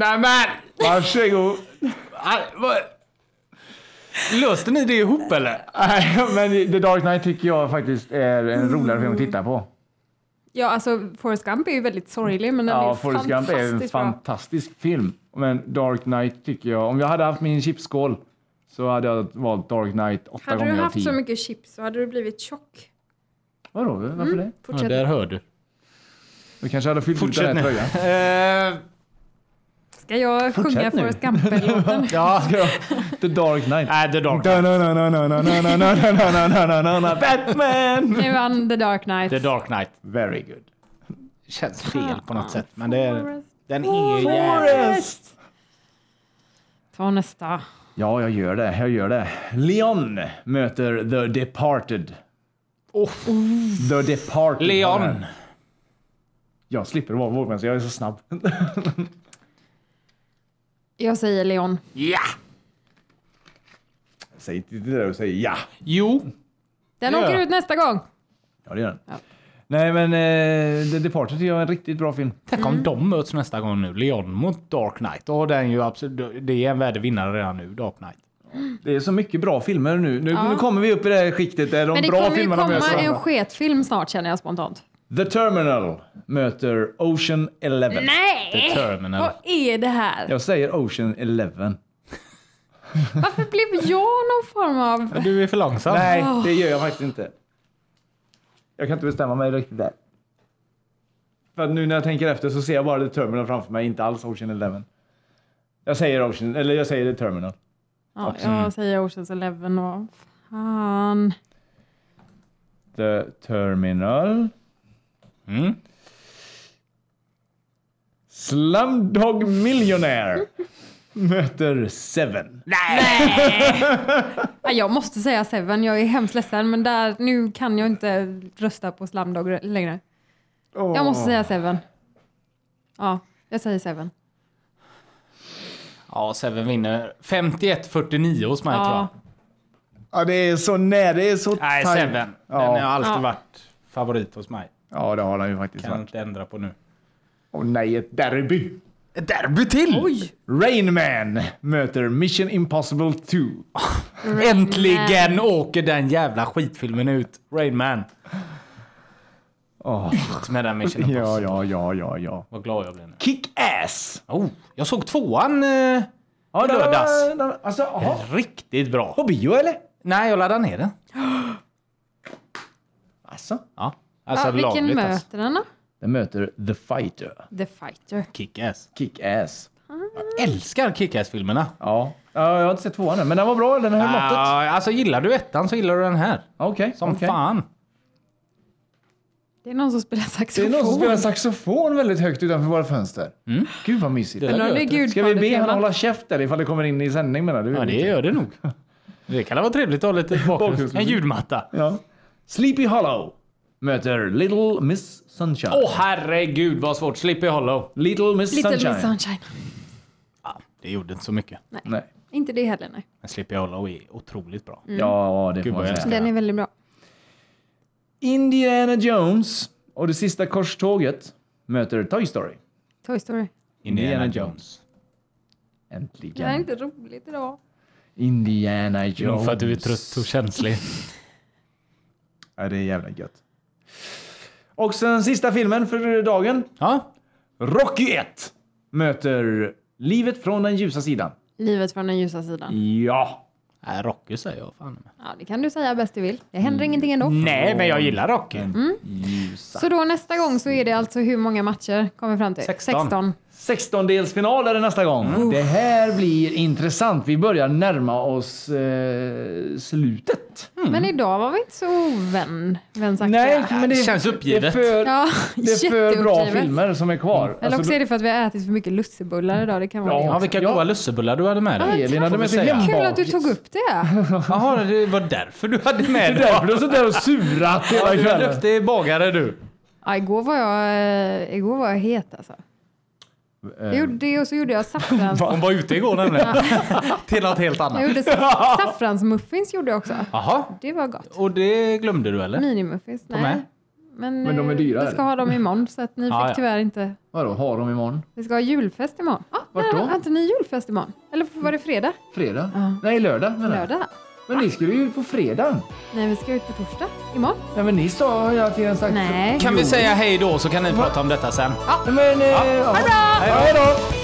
Speaker 1: Nej men!
Speaker 3: Varsågod.
Speaker 1: Ah, vad- Löste ni det ihop eller?
Speaker 2: Mm.
Speaker 3: Nej, men The Dark Knight tycker jag faktiskt är en roligare film att titta på.
Speaker 2: Ja, alltså Forrest Gump är ju väldigt sorglig, men den är
Speaker 3: Ja,
Speaker 2: ju
Speaker 3: Forrest Gump
Speaker 2: fantastiskt
Speaker 3: är en
Speaker 2: bra.
Speaker 3: fantastisk film. Men Dark Knight tycker jag, om jag hade haft min chipskål så hade jag valt Dark Knight åtta
Speaker 2: Hade du
Speaker 3: gånger av
Speaker 2: haft så
Speaker 3: tio.
Speaker 2: mycket chips så hade du blivit tjock.
Speaker 3: Vadå,
Speaker 2: Mm.
Speaker 3: varför det?
Speaker 1: Ja,
Speaker 2: Fortsätt.
Speaker 1: där hör du.
Speaker 3: Du kanske hade fyllt ut den
Speaker 1: Fortsätt
Speaker 3: här
Speaker 1: nu.
Speaker 3: tröjan.
Speaker 1: Eh,
Speaker 2: Ska jag sjunga
Speaker 3: Fortsätt nu.
Speaker 2: Forrest Gump-låten?
Speaker 1: ja,
Speaker 3: The Dark
Speaker 1: <laughs>
Speaker 3: Knight.
Speaker 1: äh, The Dark Knight.
Speaker 3: Batman!
Speaker 2: Nu vann The Dark Knight.
Speaker 1: The Dark Knight.
Speaker 3: Very good.
Speaker 1: Känns fel på något sätt, men det är,
Speaker 2: Forrest.
Speaker 1: den är jävligt...
Speaker 3: Forrest!
Speaker 2: Ta nästa.
Speaker 3: Ja, jag gör det. Jag gör det. Leon möter The Departed.
Speaker 1: Oh.
Speaker 3: The Departed.
Speaker 1: Leon.
Speaker 3: Jag slipper vara vågmästare, jag är så snabb. <laughs>
Speaker 2: Jag säger Leon.
Speaker 1: Ja!
Speaker 3: Säg inte det där och säg ja.
Speaker 1: Jo.
Speaker 2: Den
Speaker 1: Ja.
Speaker 2: åker ut nästa gång.
Speaker 3: Ja, det gör den.
Speaker 2: Ja.
Speaker 3: Nej, men eh, The Departed tycker jag är en riktigt bra film.
Speaker 1: Tänk om de möts nästa gång nu. Leon mot Dark Knight. Då har den ju absolut... Det är en värdig vinnare redan nu, Dark Knight.
Speaker 3: Det är så mycket bra filmer nu. Nu,
Speaker 2: Ja.
Speaker 3: nu kommer vi upp i det här skiktet där de
Speaker 2: Men det
Speaker 3: bra
Speaker 2: kommer ju
Speaker 3: filmerna möts.
Speaker 2: komma en
Speaker 3: varandra.
Speaker 2: sketfilm snart känner jag spontant.
Speaker 3: The Terminal möter Ocean Eleven.
Speaker 1: The
Speaker 2: Nej!
Speaker 1: Terminal.
Speaker 2: Vad är det här?
Speaker 3: Jag säger Ocean Eleven.
Speaker 2: Varför blev jag någon form av...
Speaker 1: Du är för långsam.
Speaker 3: Nej, det gör jag faktiskt inte. Jag kan inte bestämma mig riktigt där. För att nu när jag tänker efter så ser jag bara The Terminal framför mig, inte alls Ocean Eleven. Jag säger Ocean, eller jag säger The Terminal.
Speaker 2: Ja,
Speaker 1: Mm.
Speaker 2: jag säger Oceans Eleven och... Fan.
Speaker 3: The Terminal.
Speaker 1: Mm.
Speaker 3: Slumdog Millionaire <laughs> möter Seven.
Speaker 2: Ja, Jag måste säga Seven, jag är hemskt ledsen men där, nu kan jag inte rösta på Slamdog längre. Jag måste säga Seven. Ja, jag säger Seven.
Speaker 1: Ja, Seven vinner 51-49 hos mig tror jag.
Speaker 2: Ja.
Speaker 3: Ja, det är så nära. Det är så
Speaker 1: Nej,
Speaker 3: tajt.
Speaker 1: Seven. Den har
Speaker 3: Ja.
Speaker 1: alltid
Speaker 2: Ja.
Speaker 1: varit favorit hos mig.
Speaker 3: ja, det har han ju faktiskt
Speaker 1: Kan jag
Speaker 3: varit.
Speaker 1: inte ändra på nu.
Speaker 3: Åh nej, ett derby.
Speaker 1: Ett derby till!
Speaker 2: Oj!
Speaker 3: Rain Man möter Mission Impossible 2.
Speaker 1: Äntligen åker den jävla skitfilmen ut. Rain Man.
Speaker 3: <laughs> Åh.
Speaker 1: Ut Med den Mission Impossible.
Speaker 3: Ja, ja, ja, ja, ja.
Speaker 1: Vad glad jag blev nu.
Speaker 3: Kick-Ass!
Speaker 1: Oh, jag såg tvåan eh,
Speaker 3: Ja,
Speaker 1: den var-
Speaker 3: Alltså, aha.
Speaker 1: riktigt bra.
Speaker 3: På bio eller?
Speaker 1: Nej, jag laddade ner den.
Speaker 3: Alltså.
Speaker 1: Ja. Alltså
Speaker 2: ja, vilken
Speaker 1: lagligt
Speaker 2: möter
Speaker 1: alltså.
Speaker 2: den då?
Speaker 3: Den möter The Fighter.
Speaker 2: The Fighter.
Speaker 1: Kick-Ass.
Speaker 3: Kick-Ass.
Speaker 1: Jag älskar Kick-Ass-filmerna.
Speaker 3: Ja. ja, jag har inte sett tvåan än, men den var bra. Den höll måttet.
Speaker 1: Ah, alltså gillar du ettan så gillar du den här.
Speaker 3: Okej.
Speaker 1: Som
Speaker 3: okej.
Speaker 1: fan.
Speaker 2: Det är någon som spelar
Speaker 3: Det är
Speaker 2: saxofon.
Speaker 3: någon som spelar saxofon väldigt högt utanför våra fönster. Gud vad mysigt.
Speaker 1: Det-
Speaker 2: Men
Speaker 1: Jag
Speaker 2: hon är
Speaker 1: vet inte.
Speaker 2: gud
Speaker 3: Ska vi be honom
Speaker 2: fan i
Speaker 3: hålla käft eller ifall det kommer in i sändning menar du?
Speaker 1: Ja, det gör det nog. Det kan vara trevligt att ha lite bakgrunds... En
Speaker 3: Bakgrundsmusik.
Speaker 1: ljudmatta.
Speaker 3: Ja. Sleepy Hollow möter Little Miss Sunshine.
Speaker 1: Åh herregud vad svårt. Sleepy Hollow.
Speaker 3: Little Miss
Speaker 2: Little
Speaker 3: Sunshine.
Speaker 2: Miss Sunshine.
Speaker 1: Ja, det gjorde inte så mycket.
Speaker 3: Nej.
Speaker 2: Inte det heller nej.
Speaker 1: Men Sleepy Hollow är otroligt bra.
Speaker 3: Mm. Ja, det
Speaker 1: Gud,
Speaker 3: får
Speaker 1: vad
Speaker 3: man
Speaker 1: jag
Speaker 3: säga.
Speaker 2: Den är väldigt bra.
Speaker 3: Indiana Jones och det sista korståget möter Toy Story.
Speaker 2: Toy Story.
Speaker 1: Indiana
Speaker 3: Indiana
Speaker 1: Jones.
Speaker 3: Jones.
Speaker 2: Det här är
Speaker 3: Äntligen.
Speaker 2: inte roligt idag.
Speaker 3: Indiana Jones.
Speaker 1: Nog Mm, för att du är trött och känslig.
Speaker 3: Ja, det är jävla gött. Och sen sista filmen för dagen.
Speaker 1: <laughs> Ja,
Speaker 3: Rocky 1 möter Livet från den ljusa sidan.
Speaker 2: Livet från den ljusa
Speaker 3: Mm.
Speaker 2: sidan.
Speaker 3: Ja.
Speaker 1: Nej, Rocky säger jag fan.
Speaker 2: Ja, det kan du säga bäst du vill. Det
Speaker 3: Mm.
Speaker 2: händer ingenting ändå.
Speaker 1: Nej, men jag gillar Rocky.
Speaker 3: Ljusa.
Speaker 2: Så då nästa gång så är det alltså hur många matcher kommer vi fram till?
Speaker 1: 16.
Speaker 2: 16.
Speaker 3: 16-delsfinal är det nästa gång.
Speaker 2: Mm.
Speaker 3: Det här blir intressant. Vi börjar närma oss eh, slutet.
Speaker 2: Men idag var vi inte så ovän, vänskapsaktiga.
Speaker 1: det känns uppgivet.
Speaker 3: Det är för,
Speaker 2: Ja, Mm.
Speaker 3: det är för bra
Speaker 2: jätteuppgivet.
Speaker 3: filmer som är kvar.
Speaker 2: Eller också
Speaker 3: Alltså,
Speaker 2: är det för att vi har ätit för mycket lussebullar idag. Det kan vara
Speaker 1: Ja,
Speaker 2: det.
Speaker 1: vilka
Speaker 3: Ja.
Speaker 1: goda lussebullar du hade med dig.
Speaker 3: Elin hade med sig
Speaker 1: Får vi
Speaker 3: hem.
Speaker 1: säga.
Speaker 2: Kul att du tog upp det.
Speaker 1: Jaha, det var därför du hade <laughs> med
Speaker 3: det är
Speaker 1: dig.
Speaker 3: därför du har suttit där och surat hela
Speaker 1: Du är en
Speaker 3: kvällen.
Speaker 1: duktig bagare du.
Speaker 2: Ja, igår, var jag, eh, igår var jag het alltså. Jag
Speaker 3: Eh,
Speaker 2: gjorde det och så gjorde jag
Speaker 3: <laughs>
Speaker 2: saffrans...
Speaker 1: Hon var ute igår nämligen. <laughs> Till något helt
Speaker 2: Jag
Speaker 1: annat.
Speaker 2: gjorde saff- saffransmuffins gjorde jag också.
Speaker 1: Jaha,
Speaker 2: Det var gott.
Speaker 1: och det glömde du eller?
Speaker 2: Minimuffins,
Speaker 1: med.
Speaker 2: nej. Men,
Speaker 3: Men de är
Speaker 2: eh,
Speaker 3: dyra,
Speaker 2: Vi ska
Speaker 3: eller?
Speaker 2: ha dem imorgon så att ni
Speaker 1: Ja, ja.
Speaker 2: fick tyvärr inte...
Speaker 3: Vadå, har de imorgon?
Speaker 2: Vi ska ha julfest imorgon. Ah,
Speaker 3: Vart
Speaker 2: nej,
Speaker 3: då?
Speaker 2: Har inte ni julfest imorgon? Eller var det fredag?
Speaker 3: Fredag? Nej, lördag menar jag.
Speaker 2: Lördag?
Speaker 3: Men ni skulle ju på fredag.
Speaker 2: Nej, vi ska ut på torsdag. Imorgon.
Speaker 3: Nej, men ni sa har hela tiden sagt...
Speaker 2: Nej.
Speaker 1: Kan vi säga hej då så kan ni prata om detta sen.
Speaker 3: Nej, men... eh, ja. Hej då! Hej då!